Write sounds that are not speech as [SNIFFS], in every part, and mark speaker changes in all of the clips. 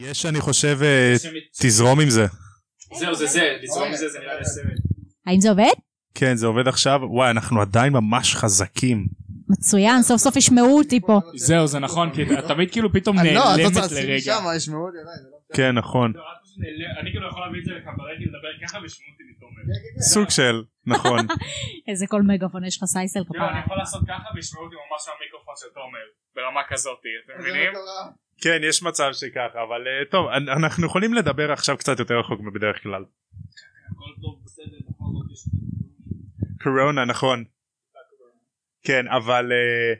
Speaker 1: יש אני חושב אה, תזרום עם זה.
Speaker 2: זהו זה זה, לזרום עם זה זה נראה לי הסרט.
Speaker 3: האם זה עובד?
Speaker 1: כן זה עובד עכשיו וואי אנחנו עדיין ממש חזקים.
Speaker 3: מצוין, סוף סוף ישמעו אותי פה.
Speaker 2: זהו זה נכון, כי את תמיד כאילו פתאום
Speaker 4: אני לא, את לא
Speaker 2: נעלמת
Speaker 4: צריך לשים
Speaker 2: לרגע.
Speaker 4: שם, ישמעו אותי עליי. זה לא-
Speaker 1: כן נכון.
Speaker 2: אני כאילו יכול להביא את זה לקברטי לדבר ככה ושמעו אותי מתומר.
Speaker 4: כן.
Speaker 1: סוג של [LAUGHS] נכון.
Speaker 3: איזה קול מגאפון יש לך סייסל
Speaker 2: כאילו אני
Speaker 3: כפרה.
Speaker 2: יכול לעשות ככה וישמעו אותי ממש מהמיקרופון של תומר. ברמה כזאת, אתם מבינים?
Speaker 4: זה לא קרה.
Speaker 1: כן יש מצב שככה אבל אה, טוב אנ- אנחנו יכולים לדבר עכשיו קצת יותר רחוק מבדרך כלל.
Speaker 2: הכל טוב בסדר, בכל זאת יש...
Speaker 1: קורונה נכון. כן אבל אה,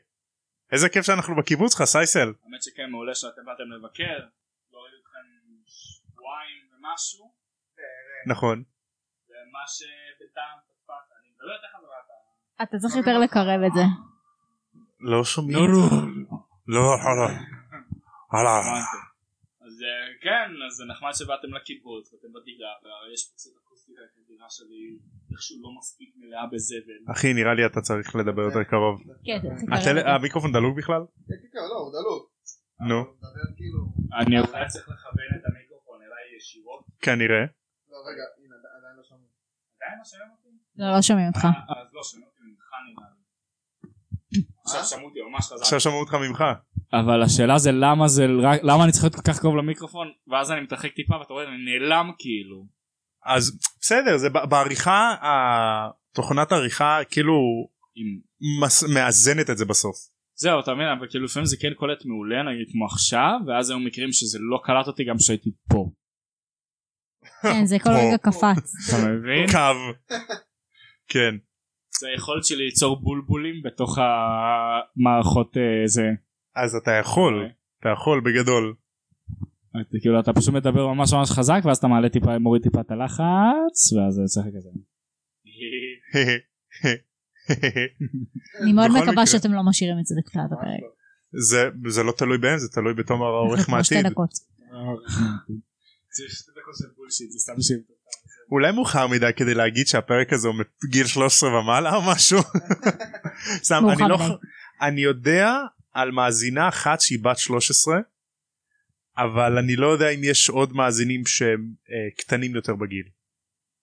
Speaker 1: איזה כיף שאנחנו בקיבוץ לך סייסל.
Speaker 2: האמת שכן מעולה שאתם באתם לבקר, לא ראיתי אתכם שבועיים ומשהו,
Speaker 1: נכון.
Speaker 2: ומה שבינתיים תקפת, אני מדבר איתך על זה.
Speaker 3: אתה צריך יותר לקרב את זה.
Speaker 1: לא שומעים. לא. לא. הלאה.
Speaker 2: אז אה, כן, אז זה נחמד שבאתם לקיבוץ ואתם בדירה, ויש פה קצת אקוסטיקה, כי הדירה שלי איכשהו לא מספיק מלאה בזבל.
Speaker 1: אחי נראה לי אתה צריך לדבר יותר קרוב.
Speaker 3: כן, אתה צריך לקרב את
Speaker 1: הטל-
Speaker 3: זה.
Speaker 1: המיקרופון דלוק בכלל?
Speaker 4: כן, כן, כן, לא, הוא דלוק.
Speaker 1: נו.
Speaker 4: הוא מדבר כאילו...
Speaker 2: אני אולי צריך לכוון את המיקרופון אליי ישירות.
Speaker 1: כנראה.
Speaker 4: לא, רגע, הנה, עדיין- עדיין לא שומעים.
Speaker 2: עדיין לא שומעים אותי?
Speaker 3: לא, לא שומעים
Speaker 1: [LAUGHS]
Speaker 3: אותך.
Speaker 2: אה, אז לא שומעים אותי ממך נראה לי. אה? עכשיו שמעו אותי ממש חזק.
Speaker 1: עכשיו שמעו אותך ממך.
Speaker 2: אבל השאלה זה למה זה רק- למה אני צריך להיות כל כך קרוב למיקרופון ואז אני מתרחק טיפה ואתה רואה אני נעלם כאילו.
Speaker 1: אז בסדר זה ב- בעריכה ה- תוכנת העריכה כאילו
Speaker 2: עם...
Speaker 1: מס- מאזנת את זה בסוף.
Speaker 2: זהו אתה מבין אבל כאילו לפעמים זה כן קולט מעולה נגיד כמו עכשיו ואז היו מקרים שזה לא קלט אותי גם כשהייתי פה.
Speaker 3: כן, זה כל
Speaker 1: כמו-
Speaker 3: רגע קפץ.
Speaker 2: אתה מבין?
Speaker 1: קו. כן.
Speaker 2: זה היכולת שלי ליצור בולבולים בתוך המערכות אה, זה.
Speaker 1: אז אתה
Speaker 2: אוקיי.
Speaker 1: יכול. אתה יכול בגדול. [LAUGHS]
Speaker 2: אתה- כאילו אתה פשוט מדבר ממש ממש חזק ואז אתה מעלה טיפה מוריד טיפה את הלחץ ואז זה יוצא לך כזה.
Speaker 3: אני מאוד
Speaker 1: בכל
Speaker 3: מקווה
Speaker 1: מקרה.
Speaker 3: שאתם לא משאירים את זה בתחילת הפרק.
Speaker 1: זה- זה לא תלוי בהם זה תלוי בתומר
Speaker 3: [LAUGHS]
Speaker 1: העורך
Speaker 3: כמו שתי
Speaker 1: מעתיד.
Speaker 3: דקות.
Speaker 2: זה שתי דקות של בולשיט זה סתם שם.
Speaker 1: אולי מאוחר מדי כדי להגיד שהפרק הזה הוא מגיל 13 ומעלה או משהו.
Speaker 3: [LAUGHS]
Speaker 1: סתם,
Speaker 3: מאוחר
Speaker 1: אני לא...
Speaker 3: מדי.
Speaker 1: ח- אני יודע על מאזינה אחת שהיא בת 13 אבל אני לא יודע אם יש עוד מאזינים שהם אה, קטנים יותר בגיל.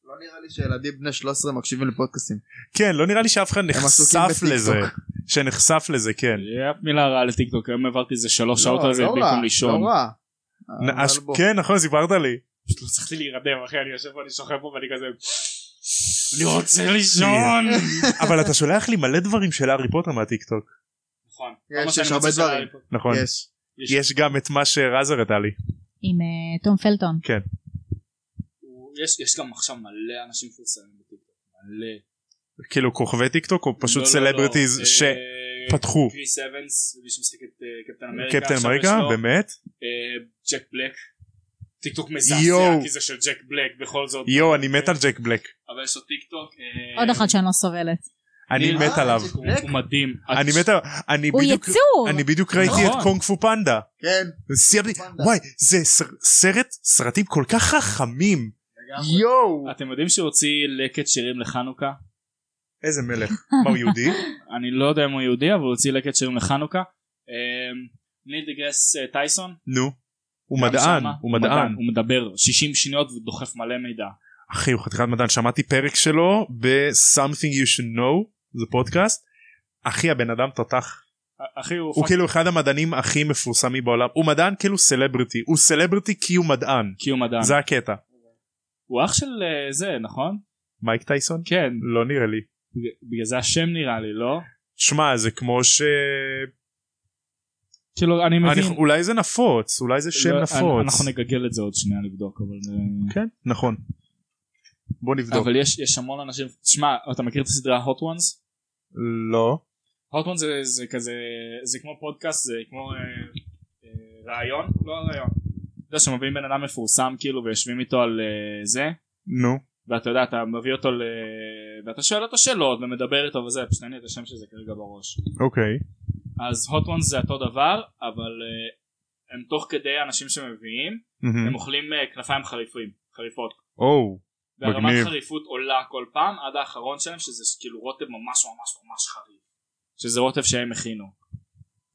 Speaker 4: לא נראה לי שילדים בני 13 מקשיבים לפודקאסים.
Speaker 1: כן לא נראה לי שאף אחד נחשף
Speaker 4: עסוקים אה,
Speaker 1: לזה.
Speaker 4: בטיקטוק.
Speaker 1: שנחשף לזה כן.
Speaker 2: יפ, מילה רעה לטיקטוק היום העברתי איזה שלוש שעות
Speaker 4: לא,
Speaker 2: על זה
Speaker 4: לא רע,
Speaker 2: במקום לישון.
Speaker 4: לא רע.
Speaker 1: נ-
Speaker 4: אבל
Speaker 1: אז-
Speaker 4: בוא.
Speaker 1: כן נכון סיפרת
Speaker 4: [LAUGHS]
Speaker 1: לי.
Speaker 2: פשוט לא הצלחתי להירדם אחי אני יושב פה אני שוכב פה ואני כזה [SNIFFS] אני רוצה לישון.
Speaker 1: אבל אתה שולח לי מלא דברים של הארי פוטר מהטיקטוק.
Speaker 2: נכון.
Speaker 4: יש, יש הרבה דברים.
Speaker 1: נכון.
Speaker 4: יש.
Speaker 1: יש גם את מה שרז הראתה לי.
Speaker 3: עם אה, תום פלטון.
Speaker 2: יש יש גם עכשיו מלא אנשים מפורסמים בטיקטוק. מלא.
Speaker 1: כאילו כוכבי טיקטוק או פשוט
Speaker 2: לא, לא, לא.
Speaker 1: סלבריטיז
Speaker 2: אה,
Speaker 1: שפתחו.
Speaker 2: קריס אבנס מי שמשחק את אה, קפטן אמריקה.
Speaker 1: קפטן
Speaker 2: עכשיו
Speaker 1: אמריקה
Speaker 2: יש לו,
Speaker 1: באמת
Speaker 2: אה, ג'ק בלק. טיקטוק
Speaker 1: יואו.
Speaker 2: מזעזע כי זה של ג'ק בלק בכל זאת.
Speaker 1: יואו אני מת על ג'ק בלק
Speaker 2: אבל יש לו טיקטוק. אה,
Speaker 3: עוד אחד שאני לא סובלת.
Speaker 1: אני
Speaker 2: אה,
Speaker 1: מת עליו
Speaker 2: הוא הוא מדהים.
Speaker 1: אני מת עליו אני
Speaker 3: הוא
Speaker 1: בדיוק
Speaker 3: יצור!
Speaker 1: אני בדיוק ראיתי את
Speaker 2: נכון.
Speaker 1: קונג פו פנדה
Speaker 4: כן.
Speaker 1: סיימתי
Speaker 4: פנדה.
Speaker 1: וואי זה ס- סרט סרטים כל כך חכמים
Speaker 4: יואו.
Speaker 2: אתם יודעים שהוא הוציא לקט שירים לחנוכה?
Speaker 1: איזה מלך מה הוא יהודי
Speaker 2: אני לא יודע אם הוא יהודי אבל הוא הוציא לקט שירים לחנוכה. אמ, ניל דגרס אה, טייסון.
Speaker 1: נו הוא
Speaker 2: גם
Speaker 1: מדען
Speaker 2: שמה,
Speaker 1: הוא מדען
Speaker 2: הוא מדבר 60 שניות והוא דוחף מלא מידע. אה,
Speaker 1: אחי הוא חתיכת מדען שמעתי פרק שלו ב-something you should know זה פודקאסט אחי הבן אדם תותח
Speaker 2: א- אחי הוא,
Speaker 1: הוא
Speaker 2: פאק-
Speaker 1: כאילו אחד המדענים הכי מפורסמים בעולם הוא מדען כאילו סלבריטי הוא סלבריטי כי הוא מדען
Speaker 2: כי הוא מדען.
Speaker 1: זה הקטע
Speaker 2: הוא אח של אה, זה נכון?
Speaker 1: מייק טייסון
Speaker 2: כן.
Speaker 1: לא נראה לי
Speaker 2: בג- בגלל זה השם נראה לי לא?
Speaker 1: שמע זה כמו ש...
Speaker 2: כאילו אני מבין.
Speaker 1: אני, אולי זה נפוץ אולי זה שם
Speaker 2: לא,
Speaker 1: נפוץ
Speaker 2: אנחנו נגגל את זה עוד שנייה לבדוק אבל. אה,
Speaker 1: כן נכון בוא נבדוק
Speaker 2: אבל יש יש המון אנשים. שמע אתה מכיר את הסדרה hot ones?
Speaker 1: לא
Speaker 2: הוטמן זה, זה כזה זה כמו פודקאסט זה כמו אה, אה, רעיון לא רעיון. אתה יודע שמביאים בן אדם מפורסם כאילו ויושבים איתו על אה, זה
Speaker 1: נו
Speaker 2: ואתה יודע אתה מביא אותו ל... ואתה שואל אותו שאלות ומדבר איתו וזה פשוט אין לי את השם של זה כרגע בראש.
Speaker 1: אוקיי
Speaker 2: אז הוטמן זה אותו דבר אבל אה, הם תוך כדי אנשים שמביאים
Speaker 1: מהמם.
Speaker 2: הם אוכלים אה, כנפיים חריפים חריפות.
Speaker 1: או
Speaker 2: והרמת
Speaker 1: מגניב.
Speaker 2: חריפות עולה כל פעם עד האחרון שלהם שזה כאילו רוטב ממש ממש ממש חריף שזה רוטב שהם הכינו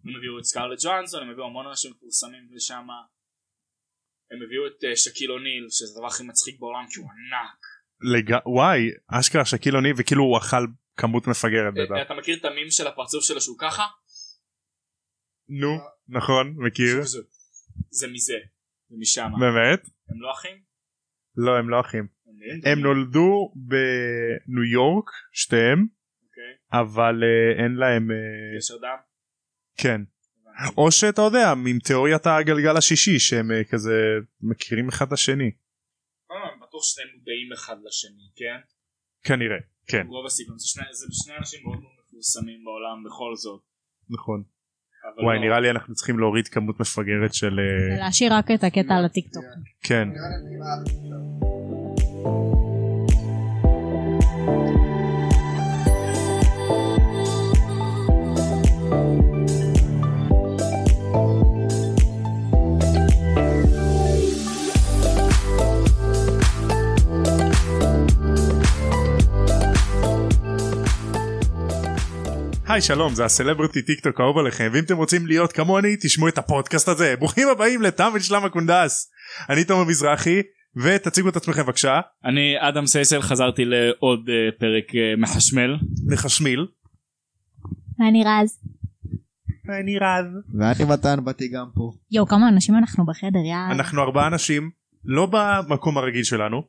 Speaker 2: הם הביאו את סקארלט ג'ואנסון הם הביאו המון אנשים מפורסמים לשם הם הביאו את אה, שקיל אוניל שזה הדבר הכי מצחיק בעולם כי הוא ענק.
Speaker 1: לג... וואי אשכרה שקיל אוני וכאילו הוא אכל כמות מפגרת בטח.
Speaker 2: אה, אתה מכיר את המים של הפרצוף שלו שהוא ככה?
Speaker 1: נו נכון
Speaker 2: [LAUGHS]
Speaker 1: מכיר
Speaker 2: זה- זה מזה. זה משם.
Speaker 1: באמת
Speaker 2: הם לא אחים?
Speaker 1: לא הם לא אחים
Speaker 2: הם נראים
Speaker 1: הם
Speaker 2: דומים,
Speaker 1: נולדו בניו יורק שתיהם
Speaker 2: אוקיי.
Speaker 1: אבל אה, אין להם אה,
Speaker 2: יש אדם?
Speaker 1: כן או שאתה יודע עם תיאוריית הגלגל השישי שהם אה, כזה מכירים אחד את השני
Speaker 2: אה, בטוח שניהם מודעים אחד לשני, כן?
Speaker 1: כנראה כן
Speaker 2: רוב הסיכון זה שני, זה שני אנשים מאוד מאוד מפורסמים בעולם בכל זאת.
Speaker 1: נכון
Speaker 2: אבל
Speaker 1: וואי
Speaker 2: לא,
Speaker 1: נראה לי אנחנו צריכים להוריד כמות מפגרת של אה,
Speaker 3: להשאיר רק את הקטע על הטיקטוק.
Speaker 1: כן
Speaker 4: נראה לי אני אראה לך עכשיו.
Speaker 1: היי שלום זה הסלבריטי טיק טוק האהוב עליכם ואם אתם רוצים להיות כמוני תשמעו את הפודקאסט הזה ברוכים הבאים לתם ולשלמה קונדס אני תומר מזרחי ותציגו את עצמכם בבקשה
Speaker 2: אני אדם סייסל חזרתי לעוד אה, פרק אה, מחשמל.
Speaker 1: מחשמיל
Speaker 3: ואני רז.
Speaker 1: אני רז
Speaker 4: ואני מתן באתי גם פה.
Speaker 3: יואו, כמה אנשים אנחנו בחדר, יאללה.
Speaker 1: אנחנו ארבעה אנשים לא במקום הרגיל שלנו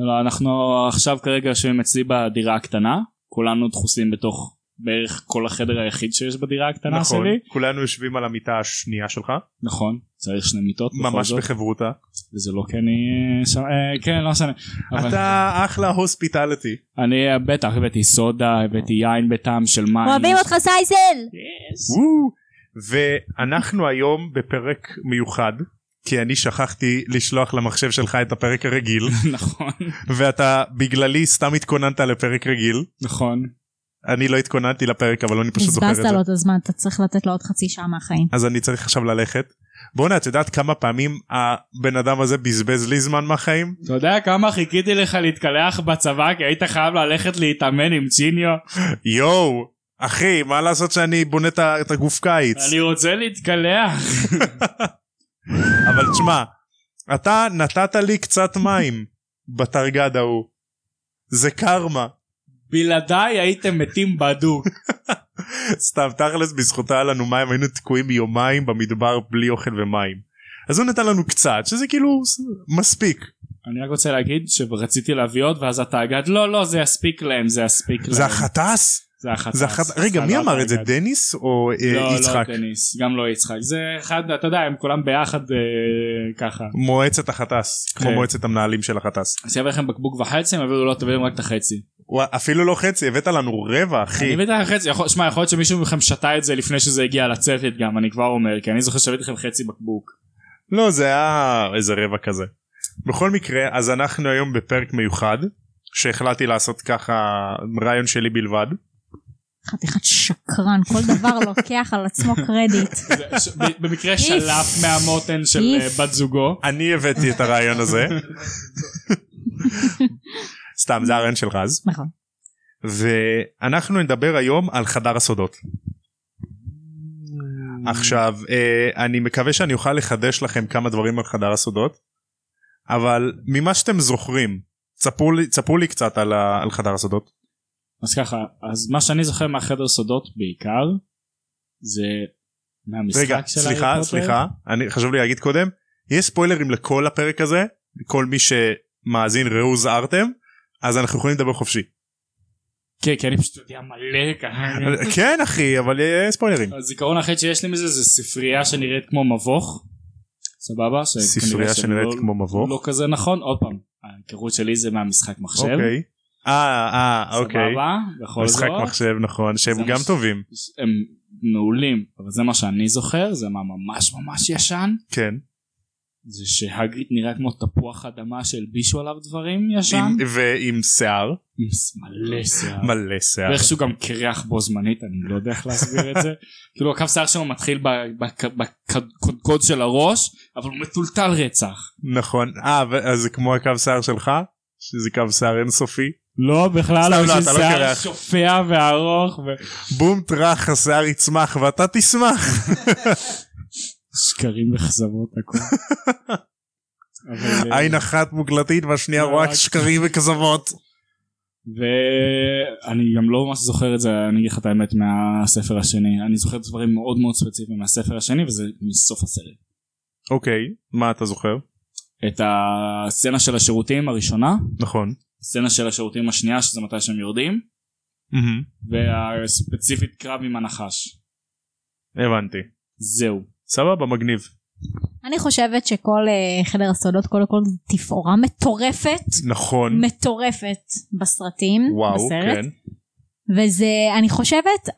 Speaker 2: לא, אנחנו עכשיו כרגע יושבים אצלי בדירה הקטנה, כולנו דחוסים בתוך בערך כל החדר היחיד שיש בדירה הקטנה
Speaker 1: נכון
Speaker 2: שלי.
Speaker 1: כולנו יושבים על המיטה השנייה שלך
Speaker 2: נכון, צריך שני מיטות בכל
Speaker 1: ממש
Speaker 2: זאת,
Speaker 1: בחברותה
Speaker 2: וזה לא כי אני... אה, ש... אה, כן, לא משנה. אבל
Speaker 1: אתה אחלה הוספיטליטי
Speaker 2: אני אה, בטח הבאתי סודה, הבאתי יין בטעם של מים.
Speaker 3: אוהבים אותך סייסל!
Speaker 2: Yes. [LAUGHS]
Speaker 1: וואו. ואנחנו היום בפרק מיוחד כי אני שכחתי לשלוח למחשב שלך את הפרק הרגיל
Speaker 2: נכון,
Speaker 1: ואתה בגללי סתם התכוננת לפרק רגיל
Speaker 2: נכון.
Speaker 1: אני לא התכוננתי לפרק אבל אני פשוט זוכר את
Speaker 3: בזבזת
Speaker 1: זה
Speaker 3: לו את הזמן, אתה צריך לתת לו עוד חצי שעה מהחיים.
Speaker 1: אז אני צריך עכשיו ללכת. בואנה את יודעת כמה פעמים הבן אדם הזה בזבז לי זמן מהחיים?
Speaker 2: אתה יודע כמה חיכיתי לך להתקלח בצבא כי היית חייב ללכת להתאמן עם צ'יניו?
Speaker 1: יואו אחי מה לעשות שאני בונה את ה- את הגוף קיץ
Speaker 2: אני רוצה להתקלח.
Speaker 1: אבל תשמע אתה נתת לי קצת מים בתרגד ההוא זה קרמה
Speaker 2: בלעדיי הייתם מתים בדוק.
Speaker 1: סתם תכלס בזכותה היה לנו מים היינו תקועים יומיים במדבר בלי אוכל ומים אז הוא נתן לנו קצת שזה כאילו מספיק
Speaker 2: אני רק רוצה להגיד שרציתי להביא עוד ואז אתה הגעת לא לא זה יספיק להם זה יספיק להם.
Speaker 1: זה החטס?
Speaker 2: זה החטא.
Speaker 1: זה אחת... רגע, מי אמר את זה? דניס או אה,
Speaker 2: לא,
Speaker 1: יצחק?
Speaker 2: לא דניס, גם לא יצחק. זה אחד, אתה יודע, הם כולם ביחד אה, ככה.
Speaker 1: מועצת החטס, כמו
Speaker 2: כן.
Speaker 1: מועצת המנהלים של החטס.
Speaker 2: אז יביא לכם בקבוק וחצי, הם יביאו לו תביאו רק את החצי.
Speaker 1: וואי, אפילו לא חצי, הבאת לנו רבע,
Speaker 2: אני
Speaker 1: אחי.
Speaker 2: הבאתי לך חצי, יכול- שמע, יכול להיות שמישהו מכם שתה את זה לפני שזה הגיע לצפת גם, אני כבר אומר, כי אני זוכר שהבאתי לכם חצי בקבוק.
Speaker 1: לא, זה היה איזה רבע כזה. בכל מקרה, אז אנחנו היום בפרק מיוחד, שהחלטתי לעשות ככה רעיון שלי בלבד.
Speaker 3: חתיכת שקרן, כל דבר לוקח על עצמו קרדיט.
Speaker 2: זה ש- ב-
Speaker 1: [LAUGHS]
Speaker 2: במקרה שלף מהמותן של אה,
Speaker 3: איף.
Speaker 2: בת זוגו.
Speaker 1: אני הבאתי את הרעיון הזה. סתם, זה הרעיון של רז.
Speaker 3: נכון.
Speaker 1: ואנחנו נדבר היום על חדר הסודות. עכשיו אה, אני מקווה שאני אוכל לחדש לכם כמה דברים על חדר הסודות אבל ממה שאתם זוכרים צפו לי צפו לי קצת על, ה, על חדר הסודות
Speaker 2: אז ככה, אז מה שאני זוכר מהחדר סודות בעיקר, זה מהמשחק של
Speaker 1: רגע סליחה
Speaker 2: הארי פוטר.
Speaker 1: סליחה אני חשוב לי להגיד קודם יש ספוילרים לכל הפרק הזה כל מי שמאזין ראו זהרתם אז אנחנו יכולים לדבר חופשי
Speaker 2: כן, כי אני פשוט יודע מלא ככה.
Speaker 1: כן אחי אבל אה, ספוילרים
Speaker 2: הזיכרון היחיד שיש לי מזה זה ספרייה שנראית כמו מבוך. סבבה? שכנראה
Speaker 1: ספרייה
Speaker 2: שזה
Speaker 1: שנראית
Speaker 2: לא-
Speaker 1: כמו מבוך
Speaker 2: לא כזה נכון, עוד פעם, ההיכרות שלי זה מהמשחק מחשב.
Speaker 1: אוקיי אה אה אוקיי
Speaker 2: סבבה? בכל זאת.
Speaker 1: משחק מחשב נכון שהם
Speaker 2: זה
Speaker 1: גם
Speaker 2: מש-
Speaker 1: טובים
Speaker 2: הם מעולים, אבל זה מה שאני זוכר, זה מה ממש ממש ישן.
Speaker 1: כן
Speaker 2: זה שהגריד נראה כמו תפוח אדמה שהלבישו עליו דברים ישן.
Speaker 1: עם- ועם שיער
Speaker 2: עם ס- מלא שיער.
Speaker 1: מלא שיער
Speaker 2: ואיכשהו גם קרח בו זמנית אני לא יודע איך להסביר
Speaker 1: [LAUGHS]
Speaker 2: את זה כאילו הקו שיער שלו מתחיל ב- בק- בקודקוד של הראש אבל הוא מטולטל רצח
Speaker 1: נכון אה ו- אז זה כמו הקו שיער שלך שזה קו שיער אינסופי
Speaker 2: לא בכלל
Speaker 1: סתם,
Speaker 2: אבל
Speaker 1: לא,
Speaker 2: יש
Speaker 1: אתה
Speaker 2: לי
Speaker 1: לא
Speaker 2: שיער
Speaker 1: קרח.
Speaker 2: שופע וארוך
Speaker 1: בום טראח השיער יצמח ואתה תשמח [LAUGHS]
Speaker 2: ושקרים ואכזבות הכל אבל, אה,
Speaker 1: עין אחת מוקלטית והשנייה
Speaker 2: לא,
Speaker 1: רואה
Speaker 2: רק-
Speaker 1: שקרים וכזבות.
Speaker 2: ואני גם לא ממש זוכר את זה, אני אגיד לך את האמת, מהספר השני. אני זוכר דברים מאוד מאוד ספציפיים מהספר השני, וזה מסוף הסרט.
Speaker 1: אוקיי, מה אתה זוכר?
Speaker 2: את הסצנה של השירותים הראשונה,
Speaker 1: נכון.
Speaker 2: הסצנה של השירותים השנייה, שזה מתי שהם יורדים, והספציפית קרב עם הנחש.
Speaker 1: הבנתי.
Speaker 2: זהו.
Speaker 1: סבבה, מגניב.
Speaker 3: אני חושבת שכל אה, חדר הסודות קודם כל זו תפאורה מטורפת,
Speaker 1: נכון.
Speaker 3: מטורפת בסרטים,
Speaker 1: וואו,
Speaker 3: בסרט.
Speaker 1: כן.
Speaker 3: וזה, אני חושבת,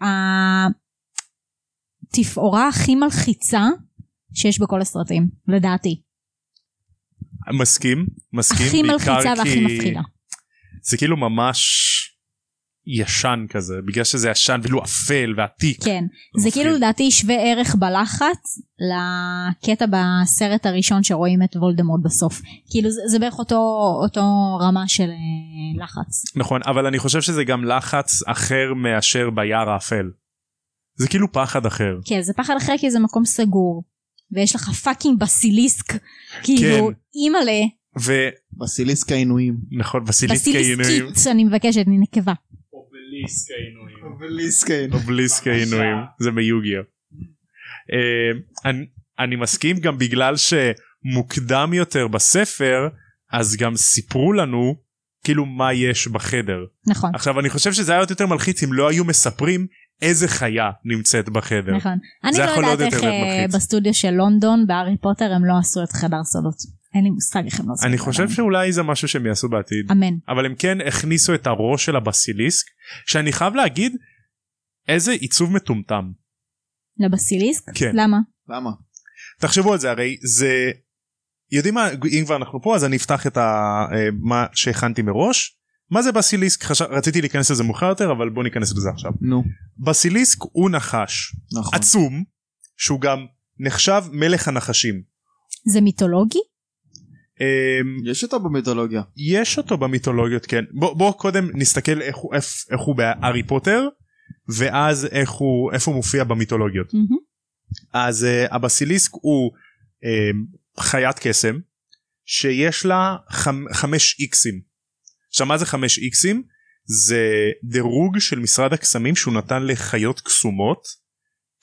Speaker 3: התפאורה הכי מלחיצה שיש בכל הסרטים, לדעתי.
Speaker 1: מסכים, מסכים.
Speaker 3: הכי
Speaker 1: בעיקר
Speaker 3: מלחיצה והכי
Speaker 1: כי
Speaker 3: מפחידה.
Speaker 1: זה כאילו ממש ישן כזה, בגלל שזה ישן ואילו אפל ועתיק.
Speaker 3: כן. זה
Speaker 1: מפחיד.
Speaker 3: כאילו לדעתי שווה ערך בלחץ לקטע בסרט הראשון שרואים את וולדמורט בסוף. כאילו זה, זה בערך אותו, אותו רמה של אה, לחץ.
Speaker 1: נכון, אבל אני חושב שזה גם לחץ אחר מאשר ביער האפל. זה כאילו פחד אחר.
Speaker 3: כן, זה פחד אחר כי זה מקום סגור. ויש לך פאקינג בסיליסק. כאילו,
Speaker 1: כן.
Speaker 3: אימא'לה,
Speaker 1: ונכון,
Speaker 4: בסיליסק העינויים.
Speaker 1: בסיליסקי עינויים.
Speaker 3: בסיליסקית, אני מבקשת, אני נקבה.
Speaker 2: אובליסק העינויים.
Speaker 4: בסיליסק העינויים.
Speaker 1: אובליסק
Speaker 2: בבקשה.
Speaker 1: העינויים זה מיוגיו. אה, אני- אני מסכים גם בגלל שמוקדם יותר בספר אז גם סיפרו לנו כאילו מה יש בחדר.
Speaker 3: נכון.
Speaker 1: עכשיו אני חושב שזה היה עוד יותר מלחיץ אם לא היו מספרים איזה חיה נמצאת בחדר.
Speaker 3: נכון. אני
Speaker 1: זה
Speaker 3: לא
Speaker 1: יכול
Speaker 3: יודעת
Speaker 1: להיות
Speaker 3: איך
Speaker 1: יותר
Speaker 3: אה,
Speaker 1: מלחיץ.
Speaker 3: בסטודיו של לונדון, בהארי פוטר, הם לא עשו את חדר סודות. אין לי מושג איך הם לא עשו את
Speaker 1: אני
Speaker 3: זה
Speaker 1: חושב
Speaker 3: עדיין.
Speaker 1: שאולי זה משהו שהם יעשו בעתיד.
Speaker 3: אמן.
Speaker 1: אבל הם כן הכניסו את הראש של הבסיליסק שאני חייב להגיד איזה עיצוב מטומטם.
Speaker 3: לבסיליסק?
Speaker 1: כן.
Speaker 3: למה?
Speaker 4: למה?
Speaker 1: תחשבו על זה הרי זה יודעים מה אם כבר אנחנו פה אז אני אפתח את ה... אה, מה שהכנתי מראש מה זה בסיליסק חש... רציתי להיכנס לזה מאוחר יותר אבל בוא ניכנס לזה עכשיו
Speaker 4: נו.
Speaker 1: בסיליסק הוא נחש
Speaker 4: נכון.
Speaker 1: עצום שהוא גם נחשב מלך הנחשים
Speaker 3: זה מיתולוגי?
Speaker 1: אמ,
Speaker 4: יש אותו במיתולוגיה.
Speaker 1: יש אותו במיתולוגיות כן בוא, בוא קודם נסתכל איך, הוא- איך, איך הוא בהארי פוטר ואז איך הוא איפה הוא מופיע במיתולוגיות
Speaker 3: מהמם.
Speaker 1: אז uh, הבסיליסק הוא um, חיית קסם שיש לה חמ- חמש איקסים. עכשיו מה זה חמש איקסים? זה דירוג של משרד הקסמים שהוא נתן לחיות קסומות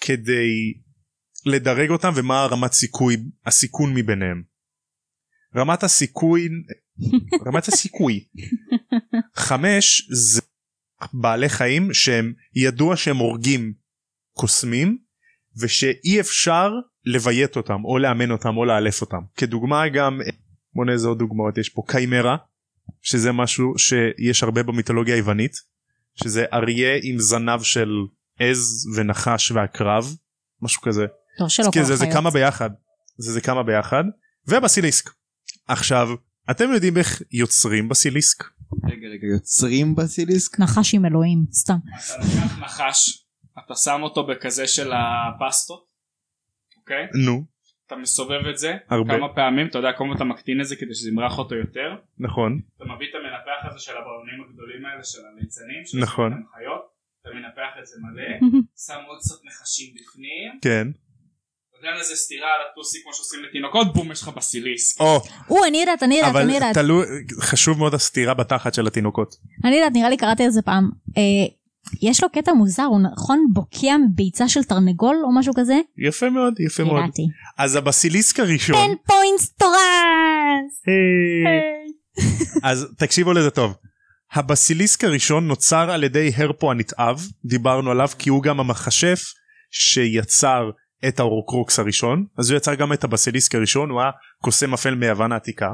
Speaker 1: כדי לדרג אותם ומה הרמת סיכוי הסיכון מביניהם. רמת הסיכוי רמת הסיכוי חמש זה בעלי חיים שהם ידוע שהם הורגים קוסמים ושאי אפשר לביית אותם או לאמן אותם או לאלף אותם כדוגמה גם בוא'נה איזה עוד דוגמאות יש פה קיימרה שזה משהו שיש הרבה במיתולוגיה היוונית שזה אריה עם זנב של עז ונחש ועקרב משהו כזה
Speaker 3: לא שלא כל
Speaker 1: כן, זה, זה
Speaker 3: החיות.
Speaker 1: כמה ביחד. זה, זה כמה ביחד. ובסיליסק. עכשיו, אתם יודעים איך יוצרים בסיליסק?
Speaker 4: רגע רגע יוצרים בסיליסק?
Speaker 3: נחש עם אלוהים, סתם.
Speaker 2: אתה לקח נחש, אתה שם אותו בכזה של הפסטות, אוקיי?
Speaker 1: נו,
Speaker 2: אתה מסובב את זה
Speaker 1: הרבה.
Speaker 2: כמה פעמים, אתה יודע, כל פעם אתה מקטין את זה כדי שזה ימרח אותו יותר.
Speaker 1: נכון.
Speaker 2: אתה מביא את המנפח הזה של הבלונים הגדולים האלה, של הליצנים, של
Speaker 1: נכון.
Speaker 2: המחיות, אתה מנפח את זה מלא, שם עוד קצת נחשים בפנים,
Speaker 1: כן.
Speaker 2: נותן איזה סטירה על הטוסי כמו שעושים לתינוקות, בום, יש לך בסיליסק.
Speaker 1: או,
Speaker 3: [LAUGHS] או, אני יודעת, אני יודעת,
Speaker 1: אבל
Speaker 3: אני יודעת.
Speaker 1: תלוי, חשוב מאוד הסתירה בתחת של התינוקות.
Speaker 3: אני יודעת, נראה לי קראתי על זה פעם. אה, יש לו קטע מוזר, הוא נכון בוקע מביצה של תרנגול או משהו כזה?
Speaker 1: יפה מאוד, יפה מאוד.
Speaker 3: ידעתי.
Speaker 1: אז הבסיליסק הראשון,
Speaker 3: 10 פוינטס טורס!
Speaker 1: היי. אז תקשיבו לזה טוב. הבסיליסק הראשון נוצר על ידי הרפו הנתעב, דיברנו עליו כי הוא גם המכשף שיצר את האורקרוקס הראשון, אז הוא יצר גם את הבסיליסק הראשון, הוא היה קוסם אפל מיוון העתיקה.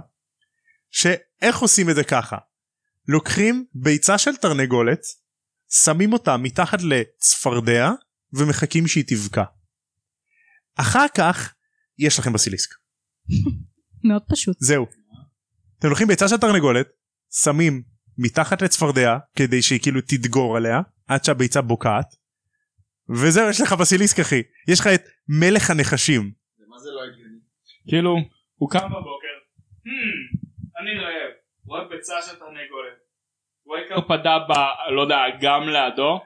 Speaker 1: שאיך עושים את זה ככה? לוקחים ביצה של תרנגולת, שמים אותה מתחת לצפרדע ומחכים שהיא תבקע. אחר כך יש לכם בסיליסק.
Speaker 3: [LAUGHS] מאוד פשוט.
Speaker 1: זהו. אתם לוקחים ביצה של תרנגולת, שמים מתחת לצפרדע כדי שהיא כאילו תדגור עליה עד שהביצה בוקעת. וזהו יש לך בסיליסק אחי יש לך את מלך הנחשים
Speaker 4: מה זה לא הגיוני?
Speaker 2: כאילו, הוא קם בבוקר, "Hmm, אני רעב, רואה ביצה של תרנגולת, רואה קרפדה ב... לא יודע, גם [LAUGHS] לידו.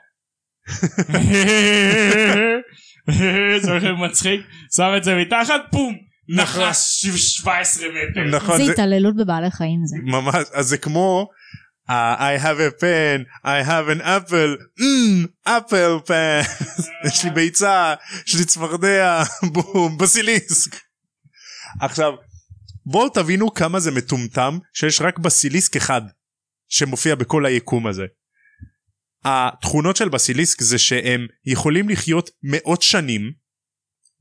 Speaker 2: זה הולך מצחיק, שם את זה מתחת, בום, נחש 17 מטר.
Speaker 1: נכון
Speaker 3: זה
Speaker 1: זה
Speaker 3: התעללות בבעלי חיים זה.
Speaker 1: ממש אז זה כמו אה, I have a pen I have an apple mm, apple pen [LAUGHS] יש לי ביצה יש לי צפרדע [LAUGHS] בום בסיליסק עכשיו בואו תבינו כמה זה מטומטם שיש רק בסיליסק אחד שמופיע בכל היקום הזה. התכונות של בסיליסק זה שהם יכולים לחיות מאות שנים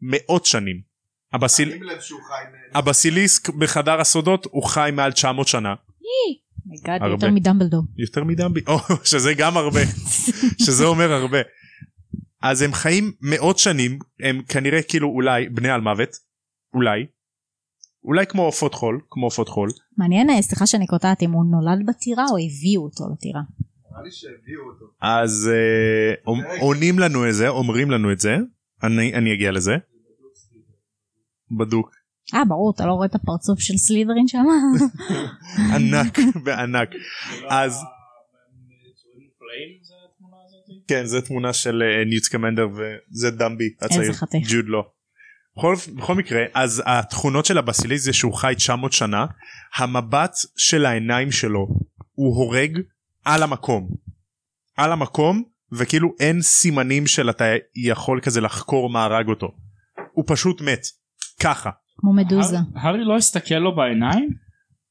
Speaker 1: מאות שנים. הבסיל...
Speaker 4: שים לב שהוא חי מ-
Speaker 1: הבסיליסק בחדר הסודות הוא חי מעל 900 שנה
Speaker 3: מגד,
Speaker 1: הרבה.
Speaker 3: יותר מדמבלדור. [LAUGHS]
Speaker 1: יותר מדמבי או, [LAUGHS] שזה גם הרבה שזה אומר הרבה אז הם חיים מאות שנים הם כנראה כאילו אולי בני על מוות אולי אולי כמו עופות חול כמו עופות חול
Speaker 3: מעניין, אה, סליחה שאני קוטעת, אם הוא נולד בטירה או הביאו אותו לטירה.
Speaker 4: נראה לי שהביאו אותו.
Speaker 1: אז אה, אומ- עונים לנו את זה אומרים לנו את זה אני, אני אגיע לזה בדוק
Speaker 3: אה, ברור, אתה לא רואה את הפרצוף של סלידרין שם? [LAUGHS]
Speaker 1: ענק [LAUGHS] בענק אז- כן זה תמונה של אה, ניוט קמנדר וזה דמבי הצעיר
Speaker 3: איזה חתיך.
Speaker 1: ג'וד לא. בכל, בכל מקרה אז התכונות של הבסיליס זה שהוא חי 900 שנה המבט של העיניים שלו הוא הורג על המקום. על המקום וכאילו אין סימנים של אתה יכול כזה לחקור מה הרג אותו. הוא פשוט מת. ככה.
Speaker 3: כמו מדוזה.
Speaker 1: אה?
Speaker 2: הר- הארי לא הסתכל לו בעיניים?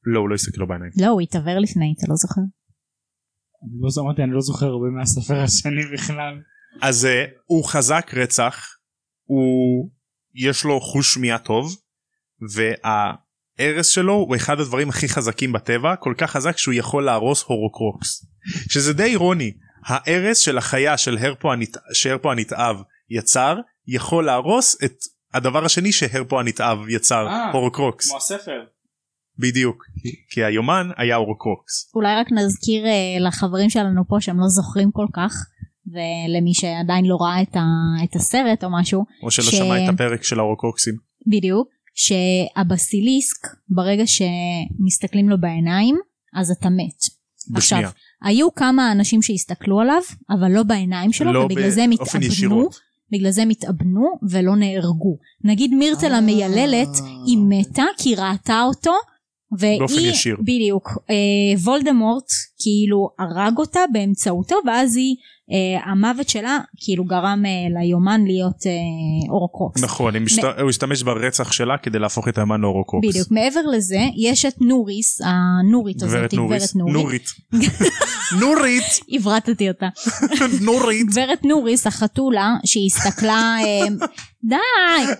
Speaker 1: לא הוא לא הסתכל לו בעיניים.
Speaker 3: לא, הוא התעוור לפני, אתה לא זוכר?
Speaker 2: אני לא זמרתי, אני לא זוכר הרבה מהספר השני בכלל.
Speaker 1: אז אה, הוא חזק רצח. הוא יש לו חוש שמיעה טוב. וההרס שלו הוא אחד הדברים הכי חזקים בטבע כל כך חזק שהוא יכול להרוס הורוקרוקס שזה די אירוני ההרס של החיה של הרפו, הנת... שהרפו הנתעב יצר יכול להרוס את הדבר השני שהרפו הנתעב יצר
Speaker 2: אה,
Speaker 1: הורוקרוקס
Speaker 2: כמו הספר.
Speaker 1: בדיוק כי- כי היומן היה הורוקרוקס
Speaker 3: אולי רק נזכיר אה, לחברים שלנו פה שהם לא זוכרים כל כך, ולמי שעדיין לא ראה את, ה, את הסרט או משהו,
Speaker 1: או שלא
Speaker 3: ש-
Speaker 1: שמע את הפרק של ההורוקרוקסים
Speaker 3: בדיוק, שהבסיליסק, ברגע שמסתכלים לו בעיניים, אז אתה מת. עכשיו,
Speaker 1: בשנייה
Speaker 3: היו כמה אנשים שהסתכלו עליו, אבל לא בעיניים שלו,
Speaker 1: לא
Speaker 3: ובגלל זה הם
Speaker 1: באופן
Speaker 3: התאבנו,
Speaker 1: ישירות.
Speaker 3: בגלל זה הם התאבנו ולא נהרגו. נגיד מירצל
Speaker 1: אה.
Speaker 3: המייללת,
Speaker 4: אה.
Speaker 3: אה, היא מתה כי היא ראתה אותו, והיא,
Speaker 1: באופן ישיר.
Speaker 3: בדיוק, אה, וולדמורט כאילו הרג אותה באמצעותו, ואז היא, אה, המוות שלה כאילו גרם אה, ליומן להיות אה, אורקרוקס.
Speaker 1: נכון הם השת... הוא השתמש ברצח שלה כדי להפוך את היומן להורוקרוקס
Speaker 3: בדיוק, מעבר לזה, יש את נוריס, הנורית הזאת,
Speaker 1: גברת נוריס
Speaker 3: נורית,
Speaker 1: נורית
Speaker 3: [LAUGHS]
Speaker 1: נורית
Speaker 3: הברטתי אותה.
Speaker 1: נורית [LAUGHS]
Speaker 3: גברת נוריס החתולה שהיא הסתכלה
Speaker 1: [LAUGHS]
Speaker 3: אה, די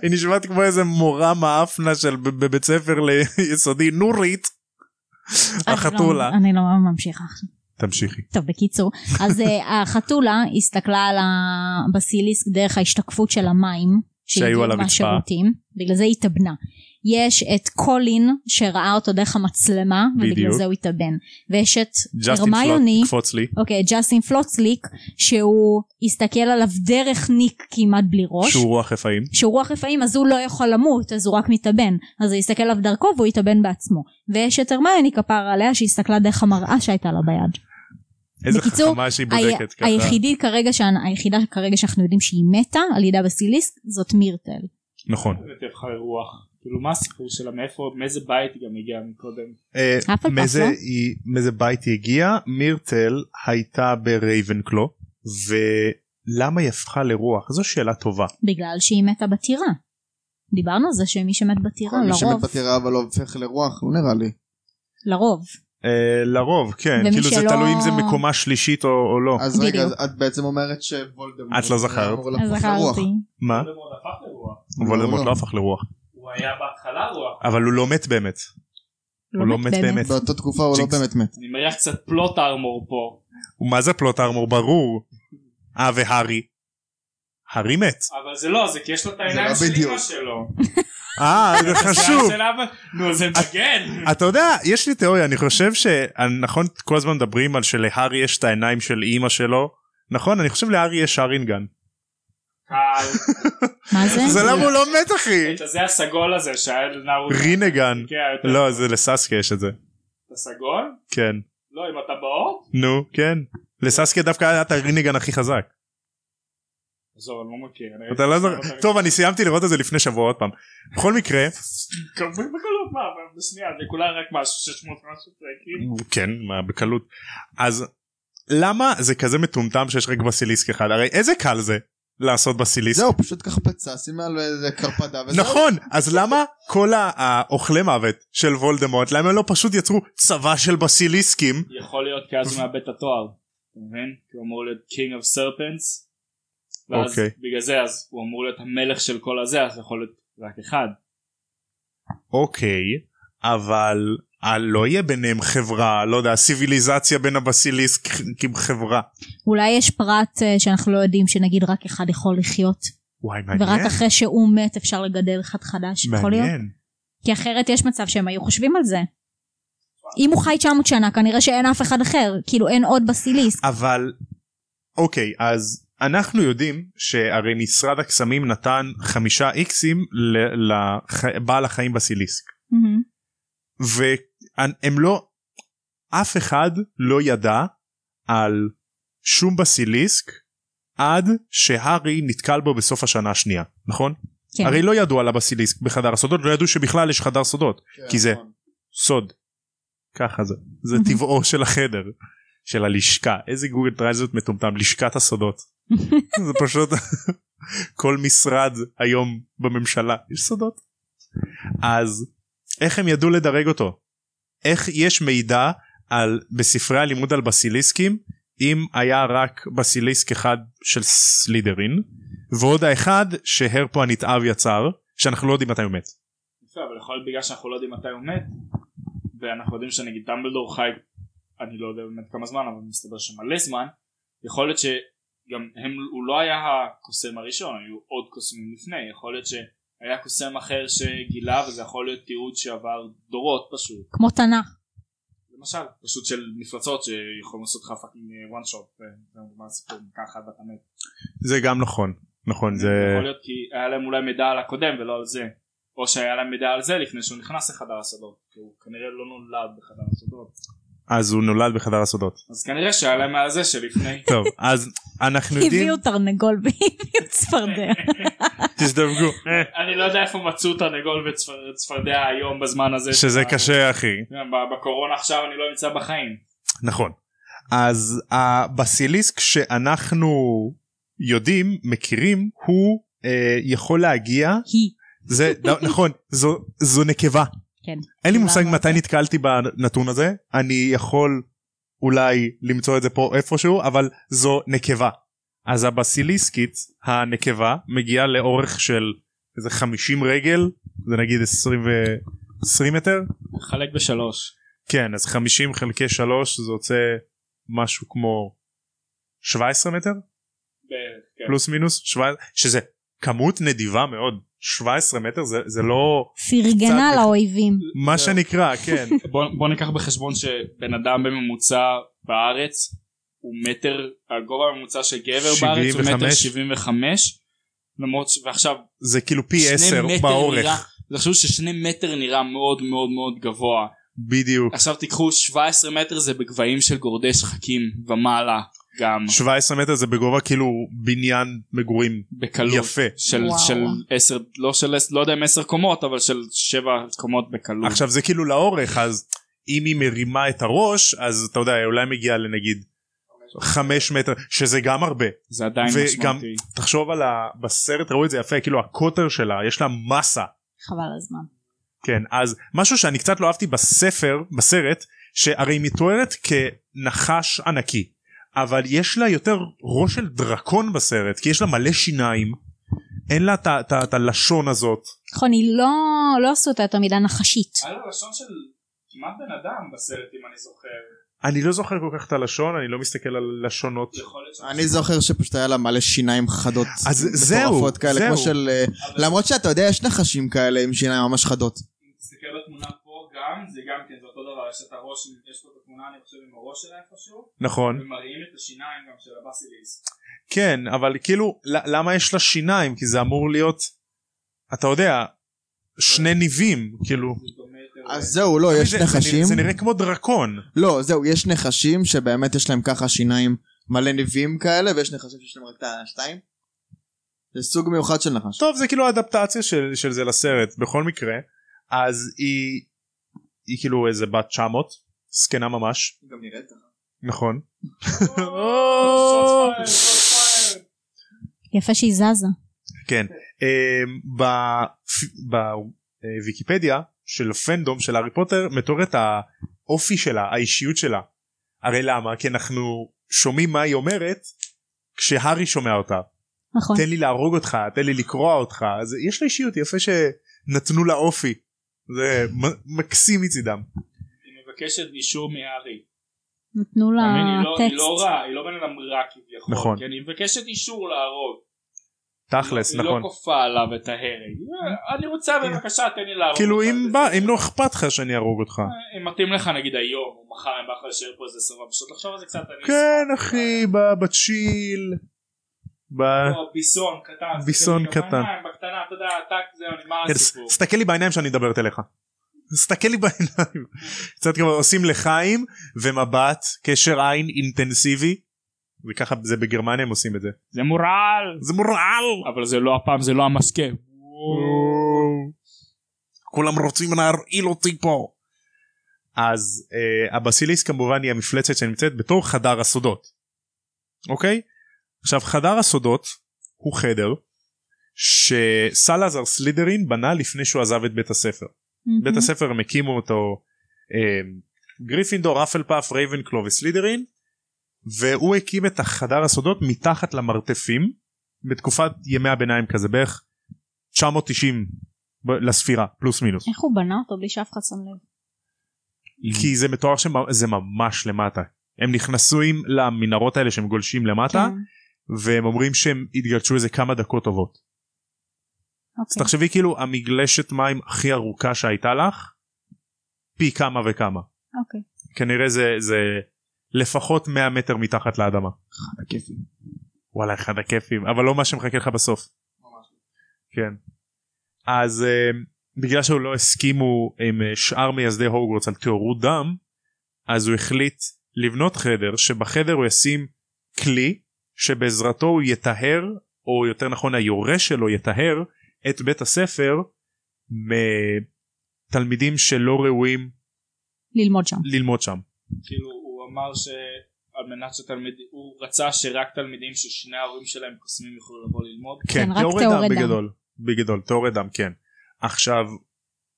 Speaker 1: היא נשמעת כמו איזה מורה מאפנה של ב- בבית ספר ליסודי נורית
Speaker 3: אה,
Speaker 1: החתולה
Speaker 3: אני לא ממשיכה עכשיו.
Speaker 1: תמשיכי
Speaker 3: טוב בקיצור אז אה, החתולה הסתכלה על הבסיליסק דרך ההשתקפות של המים
Speaker 1: שהיו
Speaker 3: שהגיעו
Speaker 1: על הרצפה.
Speaker 3: מהשירותים, בגלל זה היא התאבנה יש את קולין שראה אותו דרך המצלמה ובגלל
Speaker 1: בדיוק.
Speaker 3: זה הוא התאבן ויש את
Speaker 1: ג'סטין
Speaker 3: הרמיוני
Speaker 1: פלוט קפוץ לי
Speaker 3: אוקיי ג'סטין פלוצליק שהוא הסתכל עליו דרך ניק כמעט בלי ראש
Speaker 1: שהוא רוח רפאים
Speaker 3: שהוא רוח רפאים אז הוא לא יכול למות אז הוא רק מתאבן אז הוא יסתכל עליו דרכו והוא יתאבן בעצמו ויש את הרמיוני כפר עליה שהסתכלה דרך המראה שהייתה לה ביד.
Speaker 1: איזה
Speaker 3: בקיצור,
Speaker 1: חכמה שהיא בודקת
Speaker 3: ה-
Speaker 1: ככה
Speaker 3: היחידית כרגע, שאנ- היחידה כרגע שאנחנו יודעים שהיא מתה על ידי הבסיליסק זאת מירטל.
Speaker 1: נכון
Speaker 2: זה טבחי רוח. כאילו מה הסיפור שלה? מאיפה, מאיזה בית היא גם הגיעה מקודם?
Speaker 1: אה,
Speaker 3: אף על פי
Speaker 1: מאיזה
Speaker 3: לא.
Speaker 1: היא- מאיזה בית היא הגיעה מירטל הייתה ברייבנקלו ולמה היא הפכה לרוח זו שאלה טובה
Speaker 3: בגלל שהיא מתה בטירה. דיברנו על זה שמי שמת בטירה
Speaker 4: כל מי
Speaker 3: לרוב,
Speaker 4: שמת בטירה אבל לא הופך לרוח, לא נראה לי.
Speaker 3: לרוב.
Speaker 1: אה, לרוב כן
Speaker 3: ומי
Speaker 1: כאילו זה
Speaker 3: שלא-
Speaker 1: תלוי אם זה מקומה שלישית או או לא
Speaker 4: אז רגע,
Speaker 3: בדיוק.
Speaker 4: אז את בעצם אומרת שוולדמורט
Speaker 1: את לא זכרת.
Speaker 4: היה אמור
Speaker 3: אז
Speaker 4: להפוך לרוח.
Speaker 3: זכרתי.
Speaker 1: מה?
Speaker 2: וולדמורט הפך לרוח.
Speaker 1: וולדמורט
Speaker 4: לא.
Speaker 1: לא הפך לרוח
Speaker 2: הוא היה בהתחלה רוח.
Speaker 1: אבל הוא לא מת באמת הוא לא מת באמת
Speaker 4: באותה תקופה הוא לא
Speaker 1: ג'ינקס.
Speaker 4: באמת מת.
Speaker 2: אני מריח קצת פלוט ארמור פה.
Speaker 1: הוא מה זה פלוט ארמור ברור. אה והארי. הארי מת.
Speaker 2: אבל זה לא, זה כי יש לו את העיניים
Speaker 4: לא
Speaker 2: של אמא
Speaker 4: בדיוק.
Speaker 2: שלו.
Speaker 1: אה
Speaker 2: [LAUGHS]
Speaker 1: זה
Speaker 4: [LAUGHS]
Speaker 1: חשוב.
Speaker 2: של אבא- נו זה מגן.
Speaker 1: אתה יודע יש לי תיאוריה אני חושב שנכון כל הזמן מדברים על שלהארי יש את העיניים של אימא שלו. נכון אני חושב להארי יש שרינגן.
Speaker 2: קל.
Speaker 3: מה זה?
Speaker 1: זה למה הוא לא מת אחי.
Speaker 2: את הזה הסגול הזה שהיה לנערות.
Speaker 1: רינגן.
Speaker 2: כן, היה יותר-
Speaker 1: לא זה לססקי יש את זה.
Speaker 2: את הסגול?
Speaker 1: כן.
Speaker 2: לא, עם הטבעות?
Speaker 1: נו כן. לססקי דווקא היה את הרינגן הכי חזק.
Speaker 2: עזוב, אני לא מכיר. אני
Speaker 1: אתה לא זוכר.
Speaker 2: ראיתי-
Speaker 1: טוב אני סיימתי לראות את זה לפני שבוע עוד פעם. בכל מקרה
Speaker 2: כמובן בקלות מה, אבל בשנייה, זה כולה רק משהו, 600 משהו, זה כאילו.
Speaker 1: כן מה בקלות אז למה זה כזה מטומטם שיש רק בסיליסק אחד הרי איזה קל זה לעשות בסיליסק
Speaker 4: זהו פשוט ככה פצע שימה על איזה קרפדה וזהו.
Speaker 1: נכון אז למה כל ה- האוכלי מוות של וולדמורט למה הם לא פשוט יצרו צבא של בסיליסקים
Speaker 2: יכול להיות כי אז הוא מאבד את התואר, אתה מבין? כי הוא אמור להיות King of Serpents. ואז
Speaker 1: אוקיי.
Speaker 2: בגלל זה אז הוא אמור להיות המלך של כל הזה, אז יכול להיות רק אחד.
Speaker 1: אוקיי אבל אה, לא יהיה ביניהם חברה לא יודע סיביליזציה בין הבסיליסקים חברה
Speaker 3: אולי יש פרט אה, שאנחנו לא יודעים שנגיד רק אחד יכול לחיות
Speaker 1: וואי
Speaker 3: ורק
Speaker 1: מעניין
Speaker 3: אחרי שהוא מת אפשר לגדל אחד חדש יכול להיות
Speaker 1: מעניין
Speaker 3: כי אחרת יש מצב שהם היו חושבים על זה אם הוא חי 900 שנה כנראה שאין אף אחד אחר כאילו אין עוד בסיליסק
Speaker 1: אבל אוקיי אז אנחנו יודעים שהרי משרד הקסמים נתן חמישה איקסים ל- לח- בעל החיים בסיליסק
Speaker 3: מהמם.
Speaker 1: והם לא אף אחד לא ידע על שום בסיליסק עד שהארי נתקל בו בסוף השנה השנייה נכון?
Speaker 3: כן.
Speaker 1: הרי לא ידעו על הבסיליסק בחדר הסודות לא ידעו שבכלל יש חדר סודות
Speaker 4: כן,
Speaker 1: כי זה-
Speaker 4: נכון.
Speaker 1: סוד. ככה זה. זה
Speaker 3: Mhm.
Speaker 1: טבעו של החדר. של הלשכה. איזה גוגל טרנזיט מטומטם. לשכת הסודות. זה פשוט [LAUGHS] כל משרד היום בממשלה יש סודות. אז איך הם ידעו לדרג אותו? איך יש מידע על בספרי הלימוד על בסיליסקים אם היה רק בסיליסק אחד של סלידרין ועוד האחד שהרפו הנתעב יצר שאנחנו לא יודעים מתי הוא מת.
Speaker 2: יפה, אבל יכול להיות בגלל שאנחנו לא יודעים מתי הוא מת, ואנחנו יודעים שנגיד דמבלדור חי, אני לא יודע באמת כמה זמן, אבל מסתבר שמלא זמן, יכול להיות שגם הם, הוא לא היה הקוסם הראשון, היו עוד קוסמים לפני, יכול להיות שהיה קוסם אחר שגילה, וזה יכול להיות תיעוד שעבר דורות פשוט,
Speaker 3: כמו תנ"ך
Speaker 2: למשל, פשוט של מפלצות שיכולים לעשות לך פאקינג וואן שוט, זה נגמר הסיפור, ככה ואתה מת.
Speaker 1: זה גם נכון. נכון זה...
Speaker 2: יכול להיות כי היה להם אולי מידע על הקודם ולא על זה או שהיה להם מידע על זה לפני שהוא נכנס לחדר הסודות כי הוא כנראה לא נולד בחדר הסודות
Speaker 1: אז הוא נולד בחדר הסודות.
Speaker 2: אז כנראה שהיה להם על זה שלפני
Speaker 1: טוב, אז אנחנו יודעים,
Speaker 3: הביאו תרנגול והביאו צפרדע
Speaker 1: תזדווגו,
Speaker 2: אני לא יודע איפה מצאו תרנגול וצפרדע היום בזמן הזה
Speaker 1: שזה
Speaker 2: ב-
Speaker 1: קשה אחי.
Speaker 2: ב- בקורונה עכשיו אני לא נמצא בחיים
Speaker 1: נכון. אז הבסיליסק שאנחנו יודעים, מכירים, הוא אה, יכול להגיע,
Speaker 3: היא [LAUGHS]
Speaker 1: זה ד- נכון, זו, זו נקבה.
Speaker 3: כן
Speaker 1: אין לי מושג
Speaker 3: למה?
Speaker 1: מתי נתקלתי בנתון הזה, אני יכול אולי למצוא את זה פה איפשהו, אבל זו נקבה. אז הבסיליסקית הנקבה מגיעה לאורך של איזה 50 רגל, זה נגיד 20 ו... 20 מטר?
Speaker 2: חלק בשלוש
Speaker 1: כן, אז 50 חלקי 3 זה יוצא משהו כמו 17 מטר?
Speaker 2: בערך, כן.
Speaker 1: פלוס מינוס? 17, שזה כמות נדיבה מאוד. 17 מטר זה, זה לא
Speaker 3: פרגנה
Speaker 1: קצת-
Speaker 3: לאויבים
Speaker 1: מה
Speaker 2: זהו.
Speaker 1: שנקרא,
Speaker 2: [LAUGHS]
Speaker 1: כן.
Speaker 2: בוא, בוא ניקח בחשבון שבן אדם בממוצע בארץ הוא מטר, הגובה הממוצע של גבר בארץ הוא מטר
Speaker 1: 75.
Speaker 2: 75 למרות ש... ועכשיו
Speaker 1: זה כאילו פי
Speaker 2: שני
Speaker 1: 10
Speaker 2: מטר נראה-
Speaker 1: באורך.
Speaker 2: תחשבו ששני מטר נראה מאוד מאוד מאוד גבוה
Speaker 1: בדיוק.
Speaker 2: עכשיו תיקחו 17 מטר זה בגבהים של גורדי שחקים ומעלה גם
Speaker 1: 17 מטר זה בגובה כאילו בניין מגורים
Speaker 2: בקלות
Speaker 1: יפה.
Speaker 2: של,
Speaker 3: וואו.
Speaker 2: של 10 לא של 10 לא יודע אם 10 קומות אבל של 7 קומות בקלות
Speaker 1: עכשיו זה כאילו לאורך אז אם היא מרימה את הראש אז אתה יודע אולי מגיעה לנגיד 5 מטר שזה גם הרבה
Speaker 2: זה עדיין
Speaker 1: וגם-
Speaker 2: משמעותי
Speaker 1: תחשוב על ה... בסרט ראו את זה יפה כאילו הקוטר שלה יש לה מסה
Speaker 3: חבל על הזמן
Speaker 1: כן אז משהו שאני קצת לא אהבתי בספר בסרט שהרי היא מתוארת כנחש ענקי אבל יש לה יותר ראש של דרקון בסרט כי יש לה מלא שיניים אין לה את ה- את ה- את הלשון הזאת
Speaker 3: נכון היא לא לא עשו אותה יותר מידה נחשית
Speaker 2: היה לו לשון של כמעט בן אדם בסרט אם אני זוכר
Speaker 1: אני לא זוכר כל כך את הלשון אני לא מסתכל על לשונות
Speaker 2: יכול להיות ש...
Speaker 4: אני זוכר שפשוט היה לה מלא שיניים חדות.
Speaker 1: אז זהו,
Speaker 4: מטורפות כאלה,
Speaker 1: זהו.
Speaker 4: כמו של... אה, למרות שאתה יודע, יש נחשים כאלה עם שיניים ממש חדות.
Speaker 2: אם תסתכל בתמונה פה גם זה גם כן זה אותו דבר יש את הראש יש פה את התמונה אני חושב עם הראש שלה איפשהו
Speaker 1: נכון
Speaker 2: ומראים את השיניים גם של הבסיליס
Speaker 1: כן אבל כאילו ל- למה יש לה שיניים כי זה אמור להיות אתה יודע שני ניבים כאילו
Speaker 2: זה דומה יותר
Speaker 4: אז
Speaker 2: ל-
Speaker 4: זהו, לא, יש
Speaker 1: זה- זה נראה-
Speaker 4: נחשים.
Speaker 1: זה נראה כמו דרקון
Speaker 4: לא, זהו, יש נחשים שבאמת יש להם ככה שיניים מלא ניבים כאלה, ויש נחשים שיש להם רק את השתיים. זה סוג מיוחד של נחש.
Speaker 1: טוב זה כאילו האדפטציה של, של זה לסרט בכל מקרה אז היא היא כאילו איזה בת 900 זקנה ממש
Speaker 4: גם נראית ככה.
Speaker 1: נכון
Speaker 3: יפה שהיא זזה.
Speaker 1: כן אמ, בפ- בוויקיפדיה אה, של הפנדום של הארי פוטר מתואר את האופי שלה האישיות שלה הרי למה כי אנחנו שומעים מה היא אומרת כשהארי שומע אותה
Speaker 3: נכון.
Speaker 1: תן לי להרוג אותך תן לי לקרוע אותך אז יש לה אישיות יפה שנתנו לה אופי זה מ- מקסים מצידם
Speaker 2: היא מבקשת אישור מהארי.
Speaker 3: נתנו לה
Speaker 2: תאמין, היא לא- היא
Speaker 3: טקסט.
Speaker 2: לא רע, היא לא בן אדם רע כביכול.
Speaker 1: נכון.
Speaker 2: נכון. היא מבקשת אישור להרוג.
Speaker 1: תכלס
Speaker 2: היא
Speaker 1: נכון
Speaker 2: לא כופה עליו את ההרג. אני רוצה בבקשה תן לי להרוג.
Speaker 1: כאילו
Speaker 2: אותך.
Speaker 1: אם בא אם לא אכפת לך שאני ארוג
Speaker 2: אה,
Speaker 1: אותך
Speaker 2: אם מתאים לך נגיד היום או מחר אני בא לך להישאר פה איזה 24 שעות לחשוב על זה קצת. אני
Speaker 1: כן
Speaker 2: אשמח.
Speaker 1: אחי ב- בצ'יל. ב- כן,
Speaker 2: לא, ביסון קטן.
Speaker 1: ביסון
Speaker 2: זה כאילו
Speaker 1: קטן.
Speaker 2: בעיניים, בקטנה, אתה יודע, טאק, זהו, נגמר
Speaker 1: כן,
Speaker 2: הסיפור.
Speaker 1: תסתכל לי בעיניים שאני מדברת אליך. תסתכל לי בעיניים. קצת כמו עושים לחיים ומבט קשר עין אינטנסיבי. וככה זה בגרמניה הם עושים את זה.
Speaker 2: זה מורעל.
Speaker 1: זה מורעל.
Speaker 2: אבל זה לא הפעם, זה לא המשקה.
Speaker 1: כולם רוצים להרעיל אותי פה. אז אה, הבסיליס כמובן היא המפלצת שנמצאת בתור חדר הסודות. אוקיי? עכשיו חדר הסודות הוא חדר שסלאזר סלידרין בנה לפני שהוא עזב את בית הספר.
Speaker 3: מהמם.
Speaker 1: בית הספר הם הקימו אותו אה, גריפינדור, אפל פאף, רייבנקלו וסלידרין והוא הקים את החדר הסודות מתחת למרתפים בתקופת ימי הביניים כזה בערך 990 ב- לספירה פלוס מינוס
Speaker 3: איך הוא בנה אותו בלי שאף אחד שם לב?
Speaker 1: כי זה מתואר שזה ממש למטה הם נכנסו עם למנהרות האלה שהם גולשים למטה
Speaker 3: כן,
Speaker 1: והם אומרים שהם התגלשו איזה כמה דקות טובות אז
Speaker 3: אוקיי.
Speaker 1: תחשבי כאילו המגלשת מים הכי ארוכה שהייתה לך פי כמה וכמה
Speaker 3: אוקיי.
Speaker 1: כנראה זה זה לפחות 100 מטר מתחת לאדמה
Speaker 2: הכיפים.
Speaker 1: וואלה אחד הכיפים אבל לא מה שמחכה לך בסוף. כן. אז אה, בגלל שהוא לא הסכימו עם אה, שאר מייסדי הוגוורטס על טהורות דם אז הוא החליט לבנות חדר שבחדר הוא ישים כלי שבעזרתו הוא יטהר או יותר נכון היורש שלו יטהר את בית הספר מתלמידים שלא ראויים
Speaker 3: ללמוד שם.
Speaker 1: ללמוד שם.
Speaker 2: כאילו הוא אמר שעל מנת שתלמיד, הוא רצה שרק תלמידים ששני ההורים שלהם קוסמים יוכלו לבוא ללמוד.
Speaker 1: כן,
Speaker 3: כן, רק
Speaker 1: תיאורי דם
Speaker 3: תיאורי דם.
Speaker 1: בגדול, בגדול, תיאורי דם, כן. עכשיו,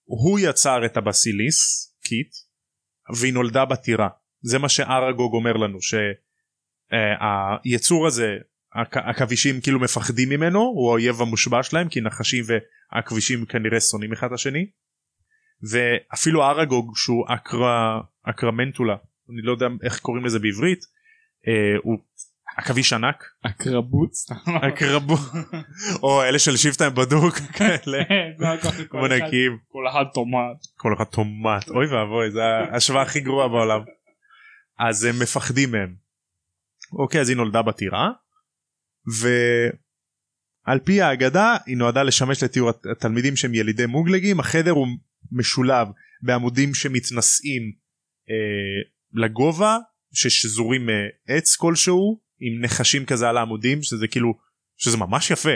Speaker 1: הוא יצר את הבסיליס, קיט, והיא נולדה בטירה. זה מה שאראגוג אומר לנו, שהיצור הזה, הכ- עכבישים כאילו מפחדים ממנו, הוא האויב המושבע שלהם, כי נחשים ועכבישים כנראה שונאים אחד את השני. ואפילו אראגוג שהוא אקרא, אקרמנטולה, אני לא יודע איך קוראים לזה בעברית, אה, הוא עכביש ענק,
Speaker 2: הקרבות. [LAUGHS]
Speaker 1: הקרבות [LAUGHS] או אלה של שיפטיים בדוק כאלה מונקים
Speaker 2: כל אחד טומט.
Speaker 1: כל אחד טומט אוי ואבוי זה ההשוואה הכי גרועה בעולם אז הם מפחדים מהם. אוקיי אז היא נולדה בטירה ועל פי האגדה היא נועדה לשמש לתיאור הת- התלמידים שהם ילידי מוגלגים החדר הוא משולב בעמודים שמתנשאים אה, לגובה ששזורים מעץ כלשהו עם נחשים כזה על העמודים שזה כאילו שזה ממש יפה.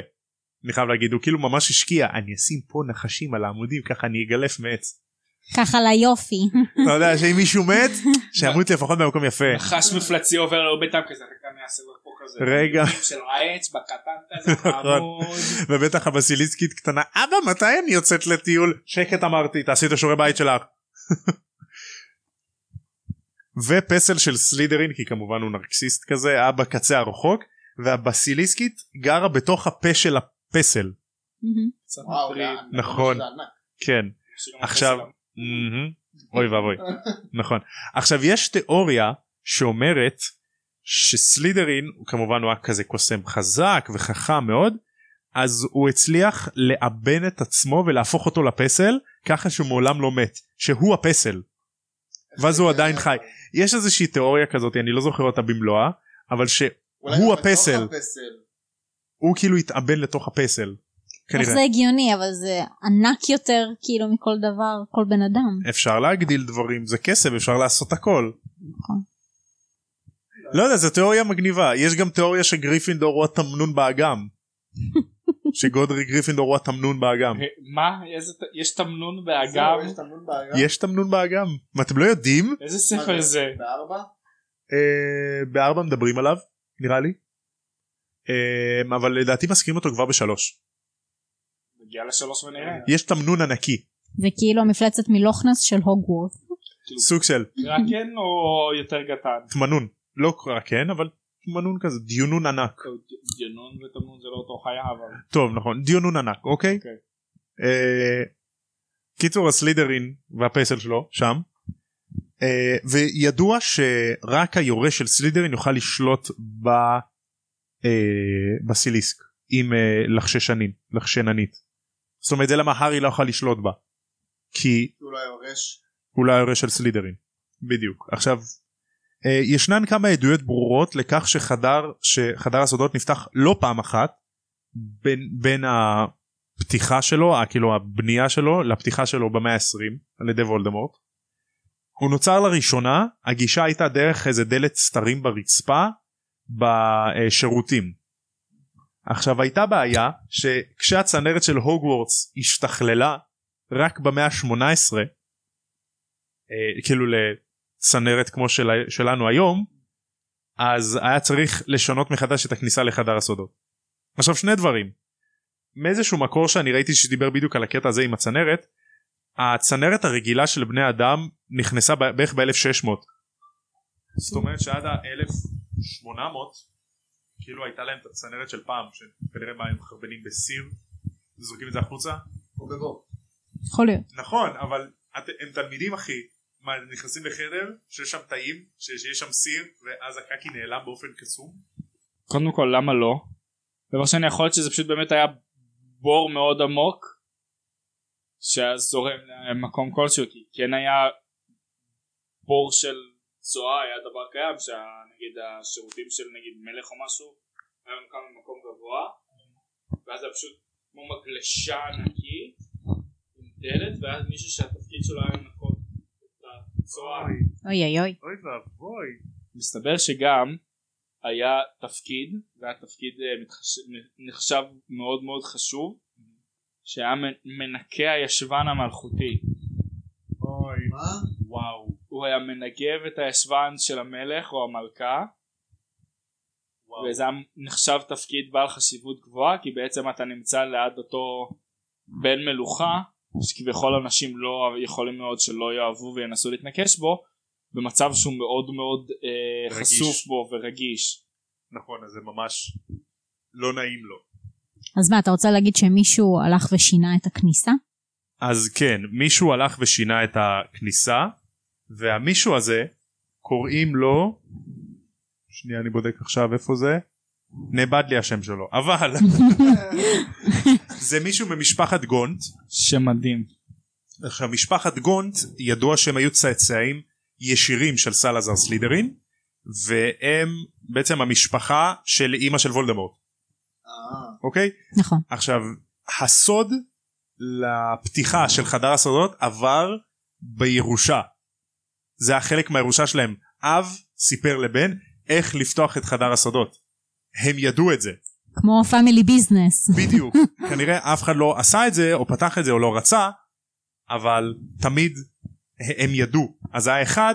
Speaker 1: אני חייב להגיד הוא כאילו ממש השקיע אני אשים פה נחשים על העמודים ככה אני אגלף מעץ.
Speaker 3: ככה ליופי.
Speaker 1: אתה יודע שאם מישהו מת שימות לפחות במקום יפה.
Speaker 2: נחש מפלצי עובר לו ביתם כזה, רק אני אעשה לו פה כזה.
Speaker 1: רגע.
Speaker 2: של העץ בקטן כזה, חמוד.
Speaker 1: ובטח הבסיליסקית קטנה אבא מתי אני יוצאת לטיול שקט אמרתי תעשי את השיעורי בית שלך. [LAUGHS] ופסל של סלידרין כי כמובן הוא נרקסיסט כזה היה בקצה הרחוק והבסיליסקית גרה בתוך הפה של הפסל
Speaker 3: מהמם.
Speaker 2: קצת
Speaker 4: וואו,
Speaker 2: מטריד.
Speaker 4: זה ענק.
Speaker 1: נכון.
Speaker 4: זה ענק.
Speaker 1: כן
Speaker 2: שגם
Speaker 1: עכשיו
Speaker 2: הפסל-
Speaker 1: מהמם. אוי ואבוי נכון עכשיו יש תיאוריה שאומרת שסלידרין הוא כמובן הוא היה כזה קוסם חזק וחכם מאוד אז הוא הצליח לאבן את עצמו ולהפוך אותו לפסל ככה שהוא מעולם לא מת שהוא הפסל ואז הוא עדיין חי יש איזושהי תיאוריה כזאת אני לא זוכר אותה במלואה אבל שהוא
Speaker 4: אולי
Speaker 1: הוא
Speaker 4: גם בתוך
Speaker 1: הפסל.
Speaker 4: הפסל.
Speaker 1: כאילו התאבן לתוך הפסל
Speaker 3: איך
Speaker 1: כנראה
Speaker 3: זה הגיוני אבל זה ענק יותר כאילו מכל דבר כל בן אדם.
Speaker 1: אפשר להגדיל דברים זה כסף אפשר לעשות הכל.
Speaker 3: נכון.
Speaker 1: לא יודע זו תיאוריה מגניבה יש גם תיאוריה שגריפינדור הוא התמנון באגם. שגודרי גריפינדור הוא התמנון באגם.
Speaker 2: מה? איזה... ת- יש תמנון באגם?
Speaker 4: יש תמנון באגב?
Speaker 1: יש תמנון באגם. מה אתם לא יודעים?
Speaker 2: איזה
Speaker 4: מה
Speaker 2: ספר זה?
Speaker 4: בארבע?
Speaker 1: אה, בארבע מדברים עליו נראה לי. אה, אבל לדעתי מזכירים אותו כבר בשלוש.
Speaker 2: מגיע לשלוש ונראה.
Speaker 1: יש תמנון ענקי.
Speaker 3: זה כאילו המפלצת מלוכנס של הוגוורט.
Speaker 1: סוג של
Speaker 2: קרקן כן או יותר קטן?
Speaker 1: תמנון. לא קרקן אבל תמנון כזה. דיונון ענק.
Speaker 2: גנון ותמנון זה לא אותו חיה אבל.
Speaker 1: טוב נכון דיונון ענק אוקיי.
Speaker 2: אוקיי.
Speaker 1: אה, קיצור הסלידרין והפסל שלו שם. אה, וידוע שרק היורש של סלידרין יוכל לשלוט ב, אה, בסיליסק עם אה, לחששנין לחשננית. זאת אומרת זה למה הארי לא יוכל לשלוט בה. כי
Speaker 4: שהוא לא יורש.
Speaker 1: הוא לא היורש של סלידרין. בדיוק. עכשיו, אה, ישנן כמה עדויות ברורות לכך שחדר, שחדר הסודות נפתח לא פעם אחת בין, בין הפתיחה שלו, ה- כאילו הבנייה שלו, לפתיחה שלו במאה ה-20 על ידי וולדמורט. הוא נוצר לראשונה, הגישה הייתה דרך איזה דלת סתרים ברצפה בשירותים. עכשיו הייתה בעיה שכשהצנרת של הוגוורטס השתכללה רק במאה ה-18 אה, כאילו לצנרת כמו של, שלנו היום אז היה צריך לשנות מחדש את הכניסה לחדר הסודות. עכשיו שני דברים מאיזשהו מקור שאני ראיתי שדיבר בדיוק על הקטע הזה עם הצנרת הצנרת הרגילה של בני אדם נכנסה ב- בערך ב-1600 זאת אומרת שעד ה-1800 כאילו הייתה להם את הצנרת של פעם שכנראה מה הם מחרבנים בסיר זורקים את זה החוצה
Speaker 4: או בבור.
Speaker 3: יכול להיות.
Speaker 1: נכון אבל את, הם תלמידים אחי מה הם נכנסים לחדר שיש שם תאים ש- שיש שם סיר ואז הקקי נעלם באופן קסום
Speaker 2: קודם כל למה לא? דבר שני יכול להיות שזה פשוט באמת היה בור מאוד עמוק שהיה זורם למקום כלשהו כי כן היה בור של צואה היה דבר קיים שנגיד השירותים של נגיד מלך או משהו היה ממוקם במקום גבוה ואז זה פשוט כמו מגלשה ענקית עם דלת ואז מישהו שהתפקיד שלו היה לנקות את הצואה
Speaker 3: אוי אוי אוי.
Speaker 1: אוי ואבוי
Speaker 2: מסתבר שגם היה תפקיד, והיה תפקיד אה, מתחש- נחשב מאוד מאוד חשוב, שהיה מ- מנקה הישבן המלכותי.
Speaker 1: אוי
Speaker 4: מה?
Speaker 1: וואו
Speaker 2: הוא היה מנגב את הישבן של המלך או המלכה,
Speaker 1: וואו
Speaker 2: וזה היה נחשב תפקיד בעל חשיבות גבוהה, כי בעצם אתה נמצא ליד אותו בן מלוכה, שכביכול אנשים לא יכולים מאוד שלא יאהבו וינסו להתנקש בו, במצב שהוא מאוד מאוד אה,
Speaker 1: רגיש.
Speaker 2: חשוף בו ורגיש.
Speaker 1: נכון אז זה ממש לא נעים לו
Speaker 3: אז מה, אתה רוצה להגיד שמישהו הלך ושינה את הכניסה?
Speaker 1: אז כן מישהו הלך ושינה את הכניסה והמישהו הזה קוראים לו שנייה אני בודק עכשיו איפה זה נאבד לי השם שלו אבל זה מישהו ממשפחת גונט
Speaker 2: שמדהים.
Speaker 1: עכשיו משפחת גונט ידוע שהם היו צאצאים ישירים של סלאזר סלידרין והם בעצם המשפחה של אימא של וולדמורט
Speaker 4: אה.
Speaker 1: אוקיי
Speaker 3: נכון.
Speaker 1: עכשיו הסוד לפתיחה של חדר הסודות עבר בירושה זה היה חלק מהירושה שלהם אב סיפר לבן איך לפתוח את חדר הסודות הם ידעו את זה
Speaker 3: כמו פאמילי ביזנס.
Speaker 1: בדיוק כנראה אף אחד לא עשה את זה או פתח את זה או לא רצה אבל תמיד ה- הם ידעו אז היה אחד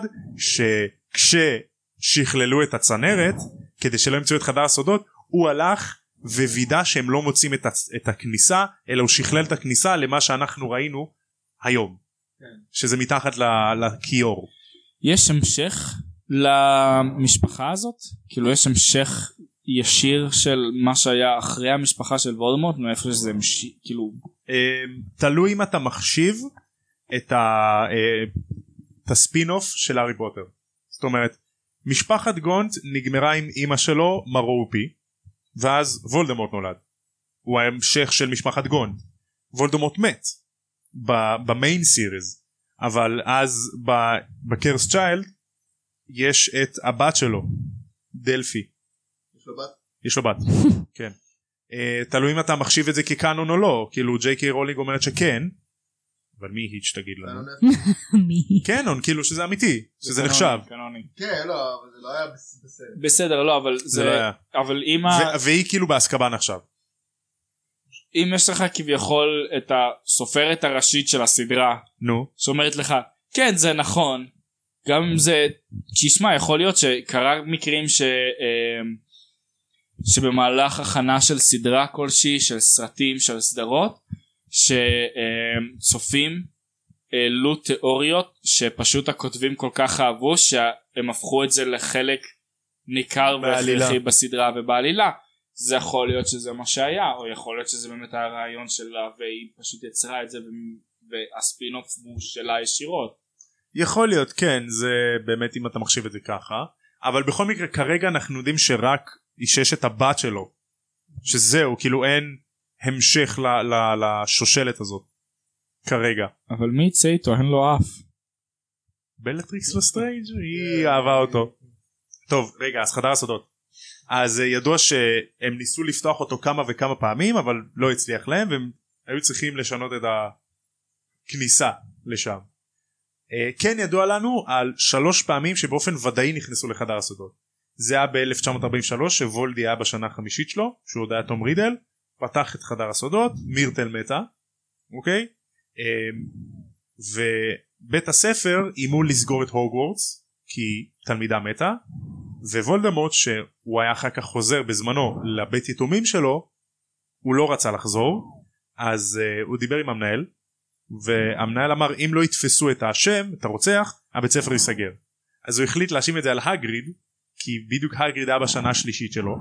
Speaker 1: שכששכללו את הצנרת כדי שלא ימצאו את חדר הסודות הוא הלך ווידא שהם לא מוצאים את, הצ- את הכניסה אלא הוא שכלל את הכניסה למה שאנחנו ראינו היום שזה מתחת ל- לכיור
Speaker 2: יש המשך למשפחה הזאת? כאילו יש המשך ישיר של מה שהיה אחרי המשפחה של וולדמורט מאיפה שזה המשיך, כאילו
Speaker 1: אמ, תלוי אם אתה מחשיב את, ה, אה, את הספינוף של הארי פוטר זאת אומרת משפחת גונט נגמרה עם אימא שלו מרופי ואז וולדמורט נולד הוא ההמשך של משפחת גונט וולדמורט מת ב- במיין סיריז אבל אז ב- בקרס צ'יילד יש את הבת שלו דלפי
Speaker 4: יש לו בת?
Speaker 1: יש לו בת כן אה, תלוי אם אתה מחשיב את זה כקאנון או לא כאילו ג'יי קיי רולינג אומרת שכן אבל מי היא שתגיד
Speaker 4: אתה
Speaker 1: לנו [LAUGHS]
Speaker 4: לא יודע.
Speaker 3: [LAUGHS] מי?
Speaker 1: קנון כאילו שזה אמיתי שזה נחשב
Speaker 4: כן, לא, אבל זה לא היה בס- בסדר.
Speaker 2: בסדר לא אבל
Speaker 1: זה
Speaker 2: זה
Speaker 1: לא היה
Speaker 2: אבל אמא
Speaker 1: ו- והיא כאילו באסקבן עכשיו
Speaker 2: אם יש לך כביכול את הסופרת הראשית של הסדרה
Speaker 1: נו
Speaker 2: שאומרת לך כן זה נכון גם אם זה תשמע יכול להיות שקרה מקרים ש... אמ, שבמהלך הכנה של סדרה כלשהי של סרטים של סדרות שצופים העלו תיאוריות שפשוט הכותבים כל כך אהבו שהם הפכו את זה לחלק ניכר
Speaker 1: בעלילה.
Speaker 2: והכרחי בסדרה ובעלילה זה יכול להיות שזה מה שהיה או יכול להיות שזה באמת היה הרעיון שלה והיא פשוט יצרה את זה ו- והספינוף הוא שלה ישירות
Speaker 1: יכול להיות כן זה באמת אם אתה מחשיב את זה ככה אבל בכל מקרה כרגע אנחנו יודעים שרק אישש את הבת שלו שזהו כאילו אין המשך ל- ל- לשושלת הזאת כרגע.
Speaker 2: אבל מי יצא איתו אין לו אף
Speaker 1: בלטריקס לסטרנג' היא אהבה אותו. טוב רגע אז חדר הסודות. אז אה, ידוע שהם ניסו לפתוח אותו כמה וכמה פעמים אבל לא הצליח להם והם היו צריכים לשנות את הכניסה לשם. אה, כן ידוע לנו על שלוש פעמים שבאופן ודאי נכנסו לחדר הסודות. זה היה ב-1943 שוולדי היה בשנה החמישית שלו שהוא עוד היה תום רידל פתח את חדר הסודות מירטל מתה אוקיי אה, ובית הספר איימו לסגור את הוגוורטס כי תלמידה מתה ווולדמורט שהוא היה אחר כך חוזר בזמנו לבית יתומים שלו הוא לא רצה לחזור אז uh, הוא דיבר עם המנהל והמנהל אמר אם לא יתפסו את האשם את הרוצח הבית ספר ייסגר אז הוא החליט להאשים את זה על הגריד כי בדיוק הגריד היה בשנה השלישית שלו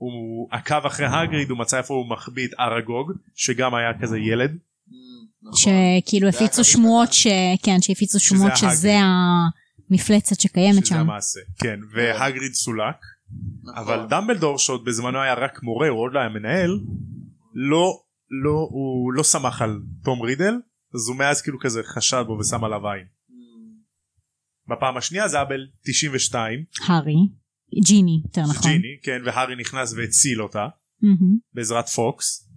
Speaker 1: והוא עקב אחרי הגריד הוא מצא איפה הוא מחביא את אראגוג שגם היה כזה ילד
Speaker 4: נכון.
Speaker 3: שכאילו
Speaker 4: זה היה
Speaker 3: הפיצו
Speaker 4: חריש
Speaker 3: שמועות
Speaker 4: קטן.
Speaker 3: ש... כן, שהפיצו
Speaker 1: שזה
Speaker 3: שמועות
Speaker 1: ההאגריד.
Speaker 3: שזה המפלצת
Speaker 1: שזה
Speaker 3: שקיימת שם.
Speaker 1: המעשה כן והגריד סולק
Speaker 4: נכון.
Speaker 1: אבל דמבלדור שעוד בזמנו היה רק מורה הוא עוד לא היה מנהל לא לא הוא לא סמך על תום רידל אז הוא מאז כאילו כזה חשד בו ושם עליו עין.
Speaker 4: אה,
Speaker 1: בפעם השנייה זה היה ב-92
Speaker 3: הארי. ג'יני, יותר נכון.
Speaker 1: ג'יני כן והארי נכנס והציל אותה
Speaker 3: מהמם.
Speaker 1: בעזרת פוקס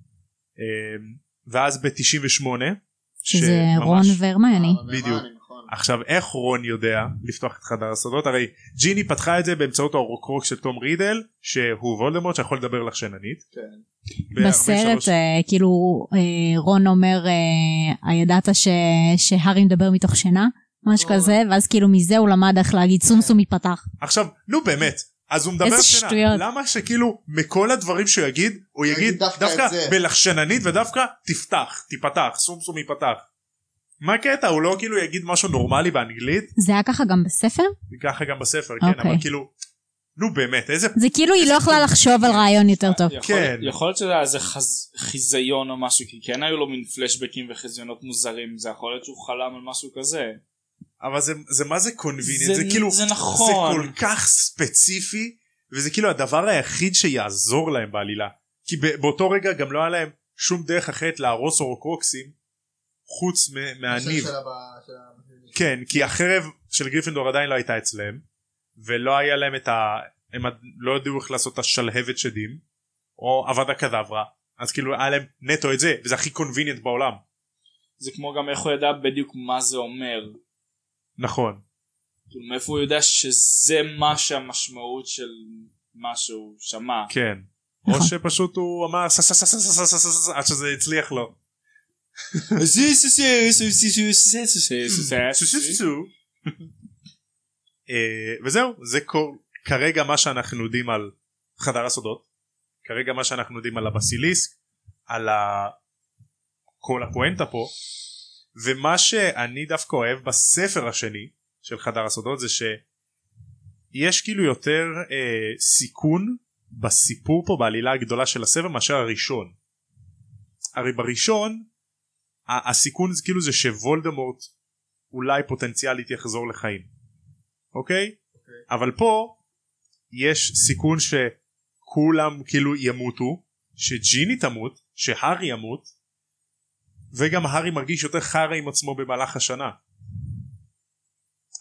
Speaker 1: אמ, ואז ב-98
Speaker 3: שזה רון והרמיוני.
Speaker 4: אה, אבל
Speaker 1: בדיוק.
Speaker 4: מה, נכון.
Speaker 1: עכשיו איך רון יודע לפתוח את חדר הסודות הרי ג'יני פתחה את זה באמצעות הרוקרוק של תום רידל שהוא וולדמורט שיכול לדבר לך שננית.
Speaker 4: כן.
Speaker 1: ב- 43
Speaker 3: בסרט אה, כאילו אה, רון אומר אה, הידעת ש... שהארי מדבר מתוך שינה? משהו
Speaker 4: או.
Speaker 3: כזה, ואז כאילו מזה הוא למד איך להגיד סומסום ייפתח.
Speaker 1: עכשיו נו באמת אז הוא מדבר
Speaker 3: איזה
Speaker 1: שינה.
Speaker 3: שטויות.
Speaker 1: למה שכאילו מכל הדברים שהוא יגיד הוא
Speaker 4: הוא
Speaker 1: יגיד
Speaker 4: יגיד
Speaker 1: דווקא,
Speaker 4: דווקא את זה.
Speaker 1: בלחשננית ודווקא תפתח תיפתח סום סום ייפתח. מה הקטע הוא לא כאילו יגיד משהו נורמלי באנגלית
Speaker 3: זה היה ככה גם בספר?
Speaker 1: ככה גם בספר כן
Speaker 3: אוקיי.
Speaker 1: אבל כאילו נו באמת איזה
Speaker 3: זה כאילו היא לא יכלה לחשוב על רעיון יותר טוב.
Speaker 2: יכול-
Speaker 1: כן.
Speaker 2: יכול להיות שזה היה איזה חז- חיזיון או משהו כי כן היו לו מין פלשבקים וחיזיונות מוזרים זה יכול להיות שהוא חלם על משהו כזה
Speaker 1: אבל זה, זה מה זה קונביניאנט זה,
Speaker 2: זה-
Speaker 1: זה כאילו
Speaker 2: זה
Speaker 1: זה
Speaker 2: נכון.
Speaker 1: כל כך ספציפי וזה כאילו הדבר היחיד שיעזור להם בעלילה כי ב- באותו רגע גם לא היה להם שום דרך אחרת להרוס הורוקרוקסים חוץ מ- מהניב
Speaker 4: של הבא- של
Speaker 1: [LAUGHS]
Speaker 4: הבא-
Speaker 1: כן כי החרב של גריפינדור עדיין לא הייתה אצלם ולא היה להם את ה... הם עד- לא ידעו איך לעשות את השלהבת שדים או עבדה קדברה אז כאילו היה להם נטו את זה וזה הכי קונביניאנט בעולם
Speaker 2: זה כמו גם איך הוא ידע בדיוק מה זה אומר
Speaker 1: נכון
Speaker 2: כאילו מאיפה הוא יודע שזה מה שהמשמעות של מה שהוא
Speaker 1: [LAUGHS]
Speaker 2: שמע
Speaker 1: כן או
Speaker 3: נכון.
Speaker 1: שפשוט הוא אמר "סה, סה, סה, סה, סה, סה, סה, סה", עד שזה הצליח לו אה, וזהו זה כל- כרגע מה שאנחנו יודעים על חדר הסודות כרגע מה שאנחנו יודעים על הבסיליסק על ה... כל הפואנטה פה ומה שאני דווקא אוהב בספר השני של חדר הסודות זה שיש כאילו יותר אה, סיכון בסיפור פה בעלילה הגדולה של הספר מאשר הראשון הרי בראשון ה- הסיכון זה כאילו זה שוולדמורט אולי פוטנציאלית יחזור לחיים אוקיי? אבל פה יש סיכון שכולם כאילו ימותו שג'יני תמות שהארי ימות וגם הארי מרגיש יותר חרא עם עצמו במהלך השנה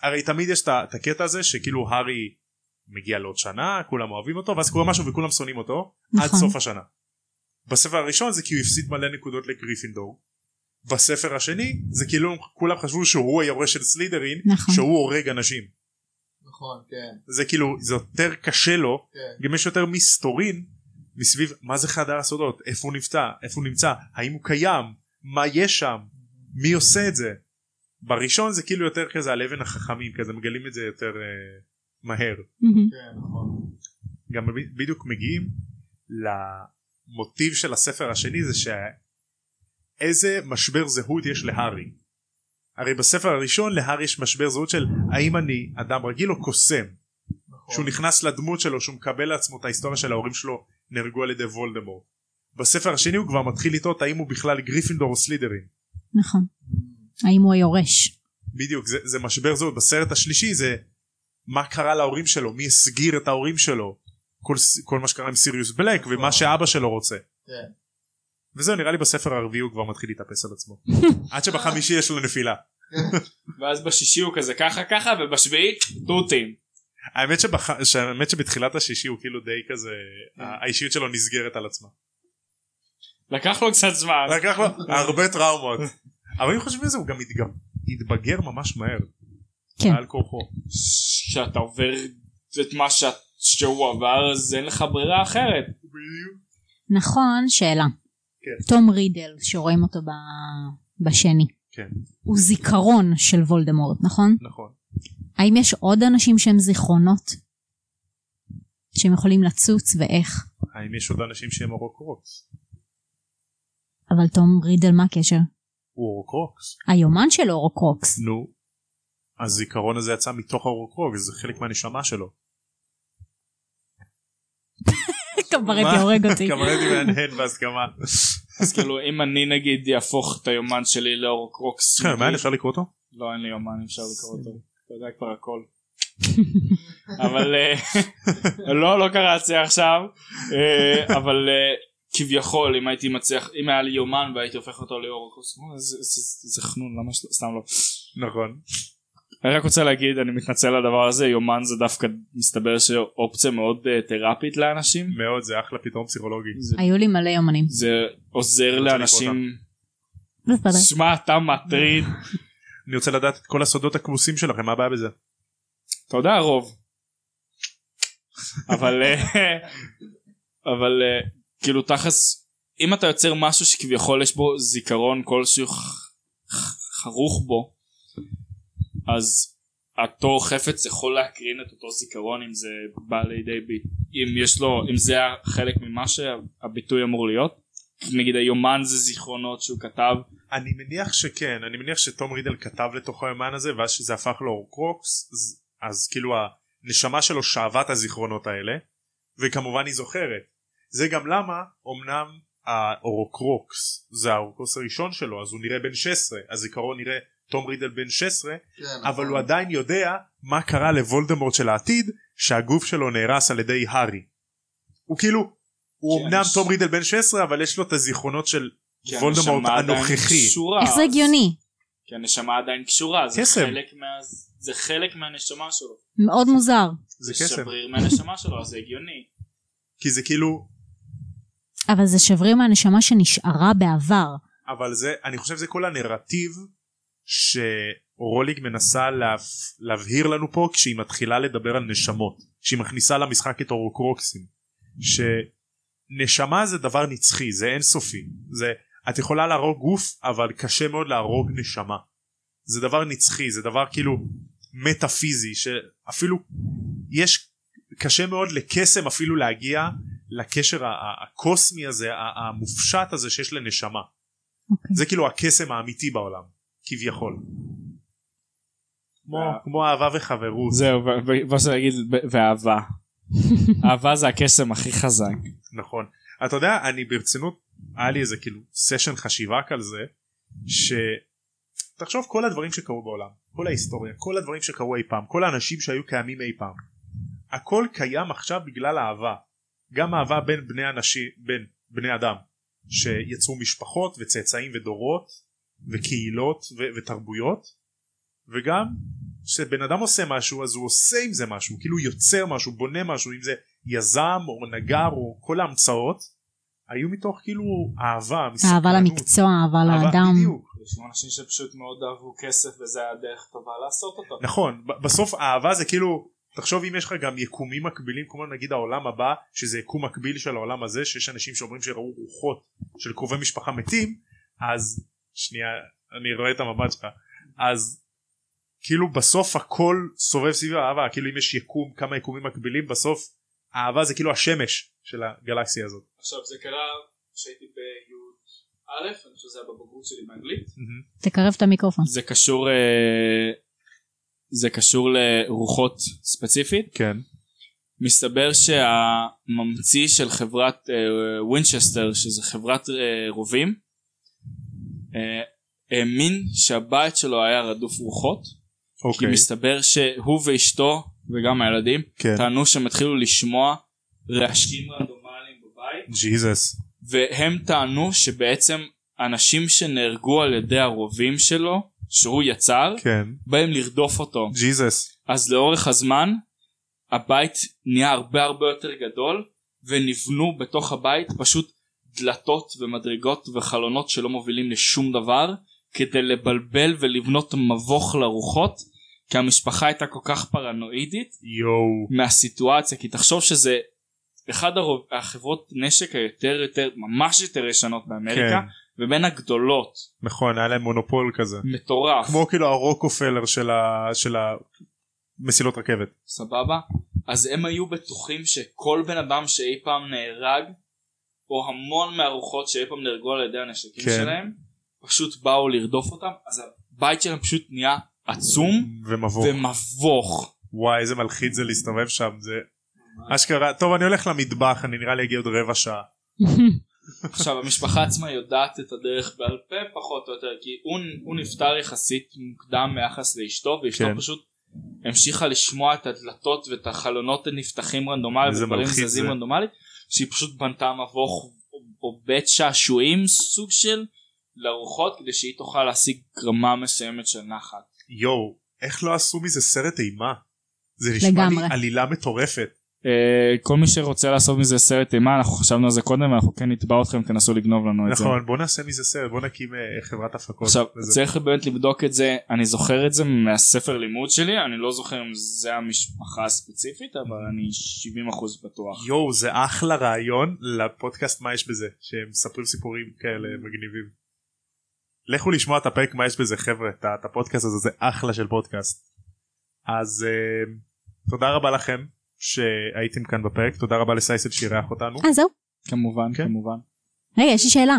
Speaker 1: הרי תמיד יש את ה- את הקטע הזה שכאילו הארי מגיע לעוד שנה כולם אוהבים אותו ואז קורה משהו וכולם שונאים אותו עד
Speaker 3: נכון.
Speaker 1: סוף השנה בספר הראשון זה כי הוא הפסיד מלא נקודות לגריפינדור בספר השני זה כאילו כולם חשבו שהוא היורש של סלידרין
Speaker 3: נכון.
Speaker 1: שהוא הורג אנשים
Speaker 4: נכון, כן,
Speaker 1: זה כאילו זה יותר קשה לו
Speaker 4: כן.
Speaker 1: גם יש יותר מסתורין מסביב מה זה חדר הסודות איפה הוא נפתע איפה הוא נמצא האם הוא קיים מה יש שם מי עושה את זה בראשון זה כאילו יותר כזה על אבן החכמים כזה מגלים את זה יותר אה, מהר
Speaker 3: מהמם.
Speaker 2: כן, נכון.
Speaker 1: גם ב- בדיוק מגיעים למוטיב של הספר השני זה שאיזה משבר זהות יש להארי הרי בספר הראשון להארי יש משבר זהות של האם אני אדם רגיל או קוסם שהוא נכנס לדמות שלו שהוא מקבל לעצמו את ההיסטוריה של ההורים שלו נהרגו על ידי וולדמורט בספר השני הוא כבר מתחיל לטעות האם הוא בכלל גריפינדור או סלידרין
Speaker 3: נכון. האם הוא היורש?
Speaker 1: בדיוק זה, זה משבר זהות בסרט השלישי זה מה קרה להורים שלו מי הסגיר את ההורים שלו כל, ס- כל מה שקרה עם סיריוס בלק ומה שאבא שלו רוצה
Speaker 4: כן.
Speaker 1: וזהו נראה לי בספר הרביעי הוא כבר מתחיל להתאפס על עצמו עד שבחמישי יש לו נפילה
Speaker 2: ואז בשישי הוא כזה ככה ככה ובשביעית תותים.
Speaker 1: האמת, שבח... שהאמת שבתחילת השישי הוא כאילו די כזה ה- האישיות שלו נסגרת על עצמה
Speaker 2: לקח לו קצת זמן.
Speaker 1: לקח לו הרבה טראומות אבל אם חושבים על זה הוא גם התג... התבגר ממש מהר
Speaker 3: כן.
Speaker 1: על כורחו
Speaker 2: כשאתה עובר את מה שאת- שהוא עבר אז אין לך ברירה אחרת.
Speaker 3: נכון, שאלה.
Speaker 1: כן.
Speaker 3: תום רידל, שרואים אותו ב... בשני.
Speaker 1: כן.
Speaker 3: הוא זיכרון של וולדמורט, נכון?
Speaker 1: נכון
Speaker 3: האם יש עוד אנשים שהם זיכרונות? שהם יכולים לצוץ ואיך?
Speaker 1: האם יש עוד אנשים שהם אורוקרוקס
Speaker 3: אבל תום רידל מה הקשר?
Speaker 1: הוא אורוקרוקס
Speaker 3: היומן של [LAUGHS] אורוקרוקס.
Speaker 1: נו הזיכרון הזה יצא מתוך האורוקרוקס זה חלק מהנשמה שלו
Speaker 3: קברטי
Speaker 1: [LAUGHS]
Speaker 3: הורג אותי.
Speaker 1: גם ראיתי מהנהן בהסכמה
Speaker 2: אז כאילו אם אני נגיד יהפוך את היומן שלי לאור קרוקס.
Speaker 1: [LAUGHS] כן, מעיין, אפשר לקרוא אותו?
Speaker 2: לא אין לי יומן אפשר לקרוא אותו. אתה יודע כבר הכל. אבל אה, לא לא קראתי עכשיו אה, אבל אה, כביכול אם הייתי מצליח אם היה לי יומן והייתי הופך אותו לאור קרוקס. אה, זה- זה- זה חנון למה שלא סתם לא.
Speaker 1: נכון
Speaker 2: אני רק רוצה להגיד אני מתנצל על הדבר הזה יומן זה דווקא מסתבר שאופציה מאוד אה, תרפית לאנשים.
Speaker 1: מאוד זה אחלה פתרון פסיכולוגי
Speaker 2: זה-
Speaker 3: היו לי מלא יומנים.
Speaker 2: זה עוזר
Speaker 1: רוצה לקרוא
Speaker 2: לאנשים.
Speaker 3: בסדר.
Speaker 2: שמע אתה מטריד.
Speaker 1: אני רוצה לדעת את כל הסודות הכמוסים שלכם מה הבעיה בזה
Speaker 2: תודה רוב. אבל אה, אבל אה, כאילו תכלס אם אתה יוצר משהו שכביכול יש בו זיכרון כלשהו ח- ח- חרוך בו אז אותו חפץ יכול להקרין את אותו זיכרון אם זה בא לידי בי אם יש לו אם זה חלק ממה שהביטוי אמור להיות נגיד היומן זה זיכרונות שהוא כתב
Speaker 1: אני מניח שכן אני מניח שתום רידל כתב לתוך היומן הזה ואז שזה הפך לאורקרוקס אז, אז כאילו הנשמה שלו שאבה את הזיכרונות האלה וכמובן היא זוכרת זה גם למה אמנם האורקרוקס זה האורקרוקס הראשון שלו אז הוא נראה בן 16 הזיכרון נראה תום רידל בן 16 אבל הוא עדיין יודע מה קרה לוולדמורט של העתיד שהגוף שלו נהרס על ידי הארי הוא כאילו הוא
Speaker 2: כן,
Speaker 1: אמנם
Speaker 2: ש-
Speaker 1: תום רידל בן 16 אבל יש לו את הזיכרונות של
Speaker 2: כי
Speaker 1: וולדמורט
Speaker 2: הנשמה עדיין
Speaker 1: הנוכחי
Speaker 2: קשורה,
Speaker 3: איך זה
Speaker 2: אז-
Speaker 3: הגיוני?
Speaker 2: כי הנשמה עדיין קשורה זה
Speaker 1: קסם.
Speaker 2: חלק, מה... זה חלק מהנשמה שלו
Speaker 3: מאוד מוזר.
Speaker 1: זה קסם
Speaker 2: שבריר מהנשמה שלו אז זה הגיוני
Speaker 1: כי זה כאילו
Speaker 3: אבל זה שבריר מהנשמה שנשארה בעבר.
Speaker 1: אבל זה אני חושב זה כל הנרטיב שרוליג מנסה לה, להבהיר לנו פה כשהיא מתחילה לדבר על נשמות שהיא מכניסה למשחק את אורוקרוקסים שנשמה זה דבר נצחי זה אינסופי זה את יכולה להרוג גוף אבל קשה מאוד להרוג נשמה זה דבר נצחי זה דבר כאילו מטאפיזי שאפילו יש קשה מאוד לקסם אפילו להגיע לקשר ה- ה- הקוסמי הזה ה- המופשט הזה שיש לנשמה
Speaker 3: אוקיי.
Speaker 1: זה כאילו הקסם האמיתי בעולם כביכול כמו,
Speaker 2: אה.
Speaker 1: כמו אהבה וחברות
Speaker 2: זהו ואז להגיד
Speaker 3: [LAUGHS]
Speaker 2: ואהבה אהבה זה הקסם הכי חזק
Speaker 1: נכון אתה יודע אני ברצינות היה לי איזה כאילו סשן חשיבה כזה זה שתחשוב כל הדברים שקרו בעולם כל ההיסטוריה כל הדברים שקרו אי פעם כל האנשים שהיו קיימים אי פעם הכל קיים עכשיו בגלל אהבה גם אהבה בין בני אנשים בין בני אדם שיצרו משפחות וצאצאים ודורות וקהילות ו- ותרבויות וגם כשבן אדם עושה משהו אז הוא עושה עם זה משהו כאילו יוצר משהו בונה משהו אם זה יזם או נגר או כל ההמצאות היו מתוך כאילו אהבה
Speaker 3: אהבה
Speaker 1: מסקרנות.
Speaker 3: למקצוע, אהבה
Speaker 1: אהבה-
Speaker 3: לאדם.
Speaker 1: בדיוק
Speaker 2: יש גם אנשים שפשוט מאוד אהבו כסף וזה היה דרך טובה לעשות אותו
Speaker 1: נכון ב- בסוף אהבה זה כאילו תחשוב אם יש לך גם יקומים מקבילים כמו נגיד העולם הבא שזה יקום מקביל של העולם הזה שיש אנשים שאומרים שראו רוחות של קרובי משפחה מתים אז שנייה אני רואה את המבט שלך אז כאילו בסוף הכל סובב סביב האהבה כאילו אם יש יקום כמה יקומים מקבילים בסוף האהבה זה כאילו השמש של הגלקסיה הזאת.
Speaker 2: עכשיו זה קרה כשהייתי בי"א, אני חושב שזה היה בבגרות שלי באנגלית.
Speaker 3: תקרב את המיקרופון. [LAUGHS]
Speaker 2: זה קשור אה, זה קשור לרוחות ספציפית.
Speaker 1: כן.
Speaker 2: מסתבר שהממציא של חברת אה, ווינצ'סטר שזה חברת אה, רובים אה, האמין שהבית שלו היה רדוף רוחות כי
Speaker 1: אוקיי.
Speaker 2: מסתבר שהוא ואשתו וגם הילדים
Speaker 1: כן.
Speaker 2: טענו שהם התחילו לשמוע רעשים רנדומליים בבית
Speaker 1: ג'יזוס.
Speaker 2: והם טענו שבעצם אנשים שנהרגו על ידי הרובים שלו שהוא יצר
Speaker 1: כן.
Speaker 2: באים לרדוף אותו
Speaker 1: ג'יזוס.
Speaker 2: אז לאורך הזמן הבית נהיה הרבה הרבה יותר גדול ונבנו בתוך הבית פשוט דלתות ומדרגות וחלונות שלא מובילים לשום דבר כדי לבלבל ולבנות מבוך לרוחות כי המשפחה הייתה כל כך פרנואידית
Speaker 1: יואו.
Speaker 2: מהסיטואציה כי תחשוב שזה אחד הרוב, החברות נשק היותר יותר ממש יותר ישנות באמריקה
Speaker 1: כן.
Speaker 2: כן. ובין הגדולות
Speaker 1: נכון היה להם מונופול כזה.
Speaker 2: מטורף
Speaker 1: כמו כאילו הרוקופלר של ה... של ה... מסילות רכבת.
Speaker 2: סבבה אז הם היו בטוחים שכל בן אדם שאי פעם נהרג או המון מהרוחות שאי פעם נהרגו על ידי הנשקים
Speaker 1: כן.
Speaker 2: כן. שלהם פשוט באו לרדוף אותם אז הבית שלהם פשוט נהיה עצום
Speaker 1: ומבוך.
Speaker 2: ומבוך
Speaker 1: וואי איזה מלחיץ זה להסתובב שם זה אשכרה טוב אני הולך למטבח אני נראה לי אגיע עוד רבע שעה.
Speaker 2: עכשיו המשפחה עצמה יודעת את הדרך בעל פה פחות או יותר כי הוא, הוא נפטר יחסית מוקדם ביחס לאשתו ואשתו
Speaker 1: כן.
Speaker 2: כן. פשוט המשיכה לשמוע את הדלתות ואת החלונות הנפתחים רנדומלית
Speaker 1: איזה
Speaker 2: ודברים
Speaker 1: מלחיץ
Speaker 2: זזים
Speaker 1: זה.
Speaker 2: רנדומלית שהיא פשוט בנתה מבוך או, או בית שעשועים סוג של לרוחות כדי שהיא תוכל להשיג רמה מסוימת של נחת.
Speaker 1: יואו איך לא עשו מזה סרט אימה. זה נשמע לי
Speaker 3: לגמרי.
Speaker 1: עלילה מטורפת.
Speaker 2: Uh, כל מי שרוצה לעשות מזה סרט אימה אנחנו חשבנו על זה קודם אנחנו כן נתבע אתכם תנסו לגנוב לנו את זה.
Speaker 1: נכון בוא נעשה מזה סרט בוא נקים אה, חברת הפקות.
Speaker 2: עכשיו
Speaker 1: לזה.
Speaker 2: צריך באמת לבדוק את זה אני זוכר את זה מהספר לימוד שלי אני לא זוכר אם זה המשפחה הספציפית אבל אני 70% בטוח
Speaker 1: יואו זה אחלה רעיון לפודקאסט מה יש בזה שהם מספרים סיפורים כאלה מגניבים. לכו לשמוע את הפרק מה יש בזה חבר'ה את ה- את הפודקאסט הזה זה אחלה של פודקאסט. אז אה, תודה רבה לכם שהייתם כאן בפרק תודה רבה לסייסל שאירח אותנו.
Speaker 3: אה זהו.
Speaker 2: כמובן
Speaker 1: כן.
Speaker 2: כמובן
Speaker 3: רגע יש לי שאלה.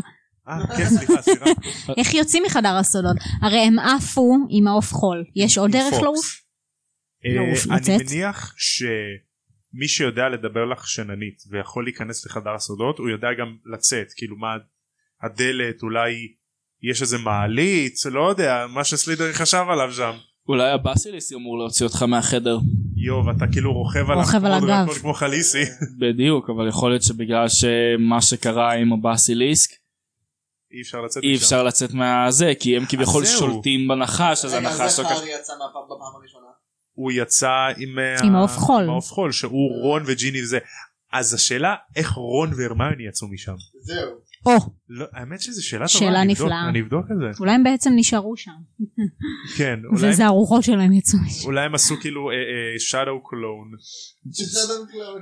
Speaker 1: אה כן סליחה סליחה.
Speaker 3: איך יוצאים מחדר הסודות? הרי הם עפו עם העוף חול. יש עוד דרך
Speaker 1: פוקס.
Speaker 3: לעוף?
Speaker 1: אה,
Speaker 3: לעוף,
Speaker 1: אני
Speaker 3: לצאת?
Speaker 1: מניח שמי שיודע לדבר לך שננית ויכול להיכנס לחדר הסודות הוא יודע גם לצאת כאילו מה הדלת אולי יש איזה מעלית לא יודע מה שסלידרי חשב עליו שם
Speaker 2: אולי הבאסיליס אמור להוציא אותך מהחדר
Speaker 1: יוב אתה כאילו רוכב עליו
Speaker 3: רוכב
Speaker 1: כמו
Speaker 3: על הגב.
Speaker 1: דרקון, כמו חליסי [LAUGHS]
Speaker 2: בדיוק אבל יכול להיות שבגלל שמה שקרה עם הבאסיליסק
Speaker 1: אי אפשר לצאת
Speaker 2: אי
Speaker 1: משם.
Speaker 2: אפשר לצאת מהזה כי הם כביכול
Speaker 1: זהו.
Speaker 2: שולטים בנחש אז
Speaker 5: רגע,
Speaker 2: הנחש
Speaker 5: זה
Speaker 2: לא ככה
Speaker 5: חרי יצא מהפעם בפעם הראשונה.
Speaker 1: הוא יצא עם אה,
Speaker 3: עם העוף חול.
Speaker 1: עם העוף חול שהוא רון וג'יני וזה אז השאלה איך רון והרמיוני יצאו משם
Speaker 5: זהו.
Speaker 3: או,
Speaker 1: לא, האמת שזו שאלה
Speaker 3: שאלה
Speaker 1: טובה אני אבדוק-
Speaker 3: נפלאה.
Speaker 1: אני אבדוק את זה
Speaker 3: אולי הם בעצם נשארו שם.
Speaker 1: כן אולי
Speaker 3: וזה הרוחות שלהם יצאו. משם.
Speaker 1: אולי הם עשו כאילו shadow clone
Speaker 5: שדון קלאוד.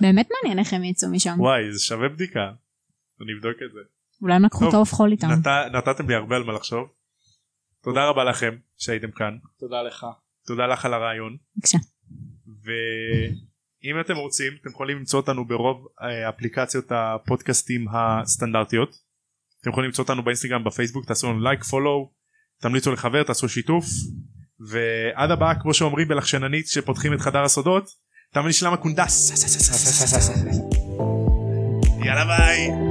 Speaker 3: באמת מעניין איך הם יצאו משם.
Speaker 1: וואי זה שווה בדיקה. אני אבדוק את זה.
Speaker 3: אולי הם לקחו
Speaker 1: טוב,
Speaker 3: את העוף חול איתם.
Speaker 1: נת- נתתם לי הרבה על מה לחשוב. תודה רבה לכם שהייתם כאן.
Speaker 2: תודה לך
Speaker 1: תודה לך על הרעיון.
Speaker 3: בבקשה.
Speaker 1: ואם אתם רוצים אתם יכולים למצוא אותנו ברוב אה, אפליקציות הפודקאסטים הסטנדרטיות. אתם יכולים למצוא אותנו באינסטגרם בפייסבוק תעשו לנו לייק פולו תמליצו לחבר תעשו שיתוף ועד הבאה כמו שאומרים בלחשננית שפותחים את חדר הסודות תמליץ למה קונדס יאללה ביי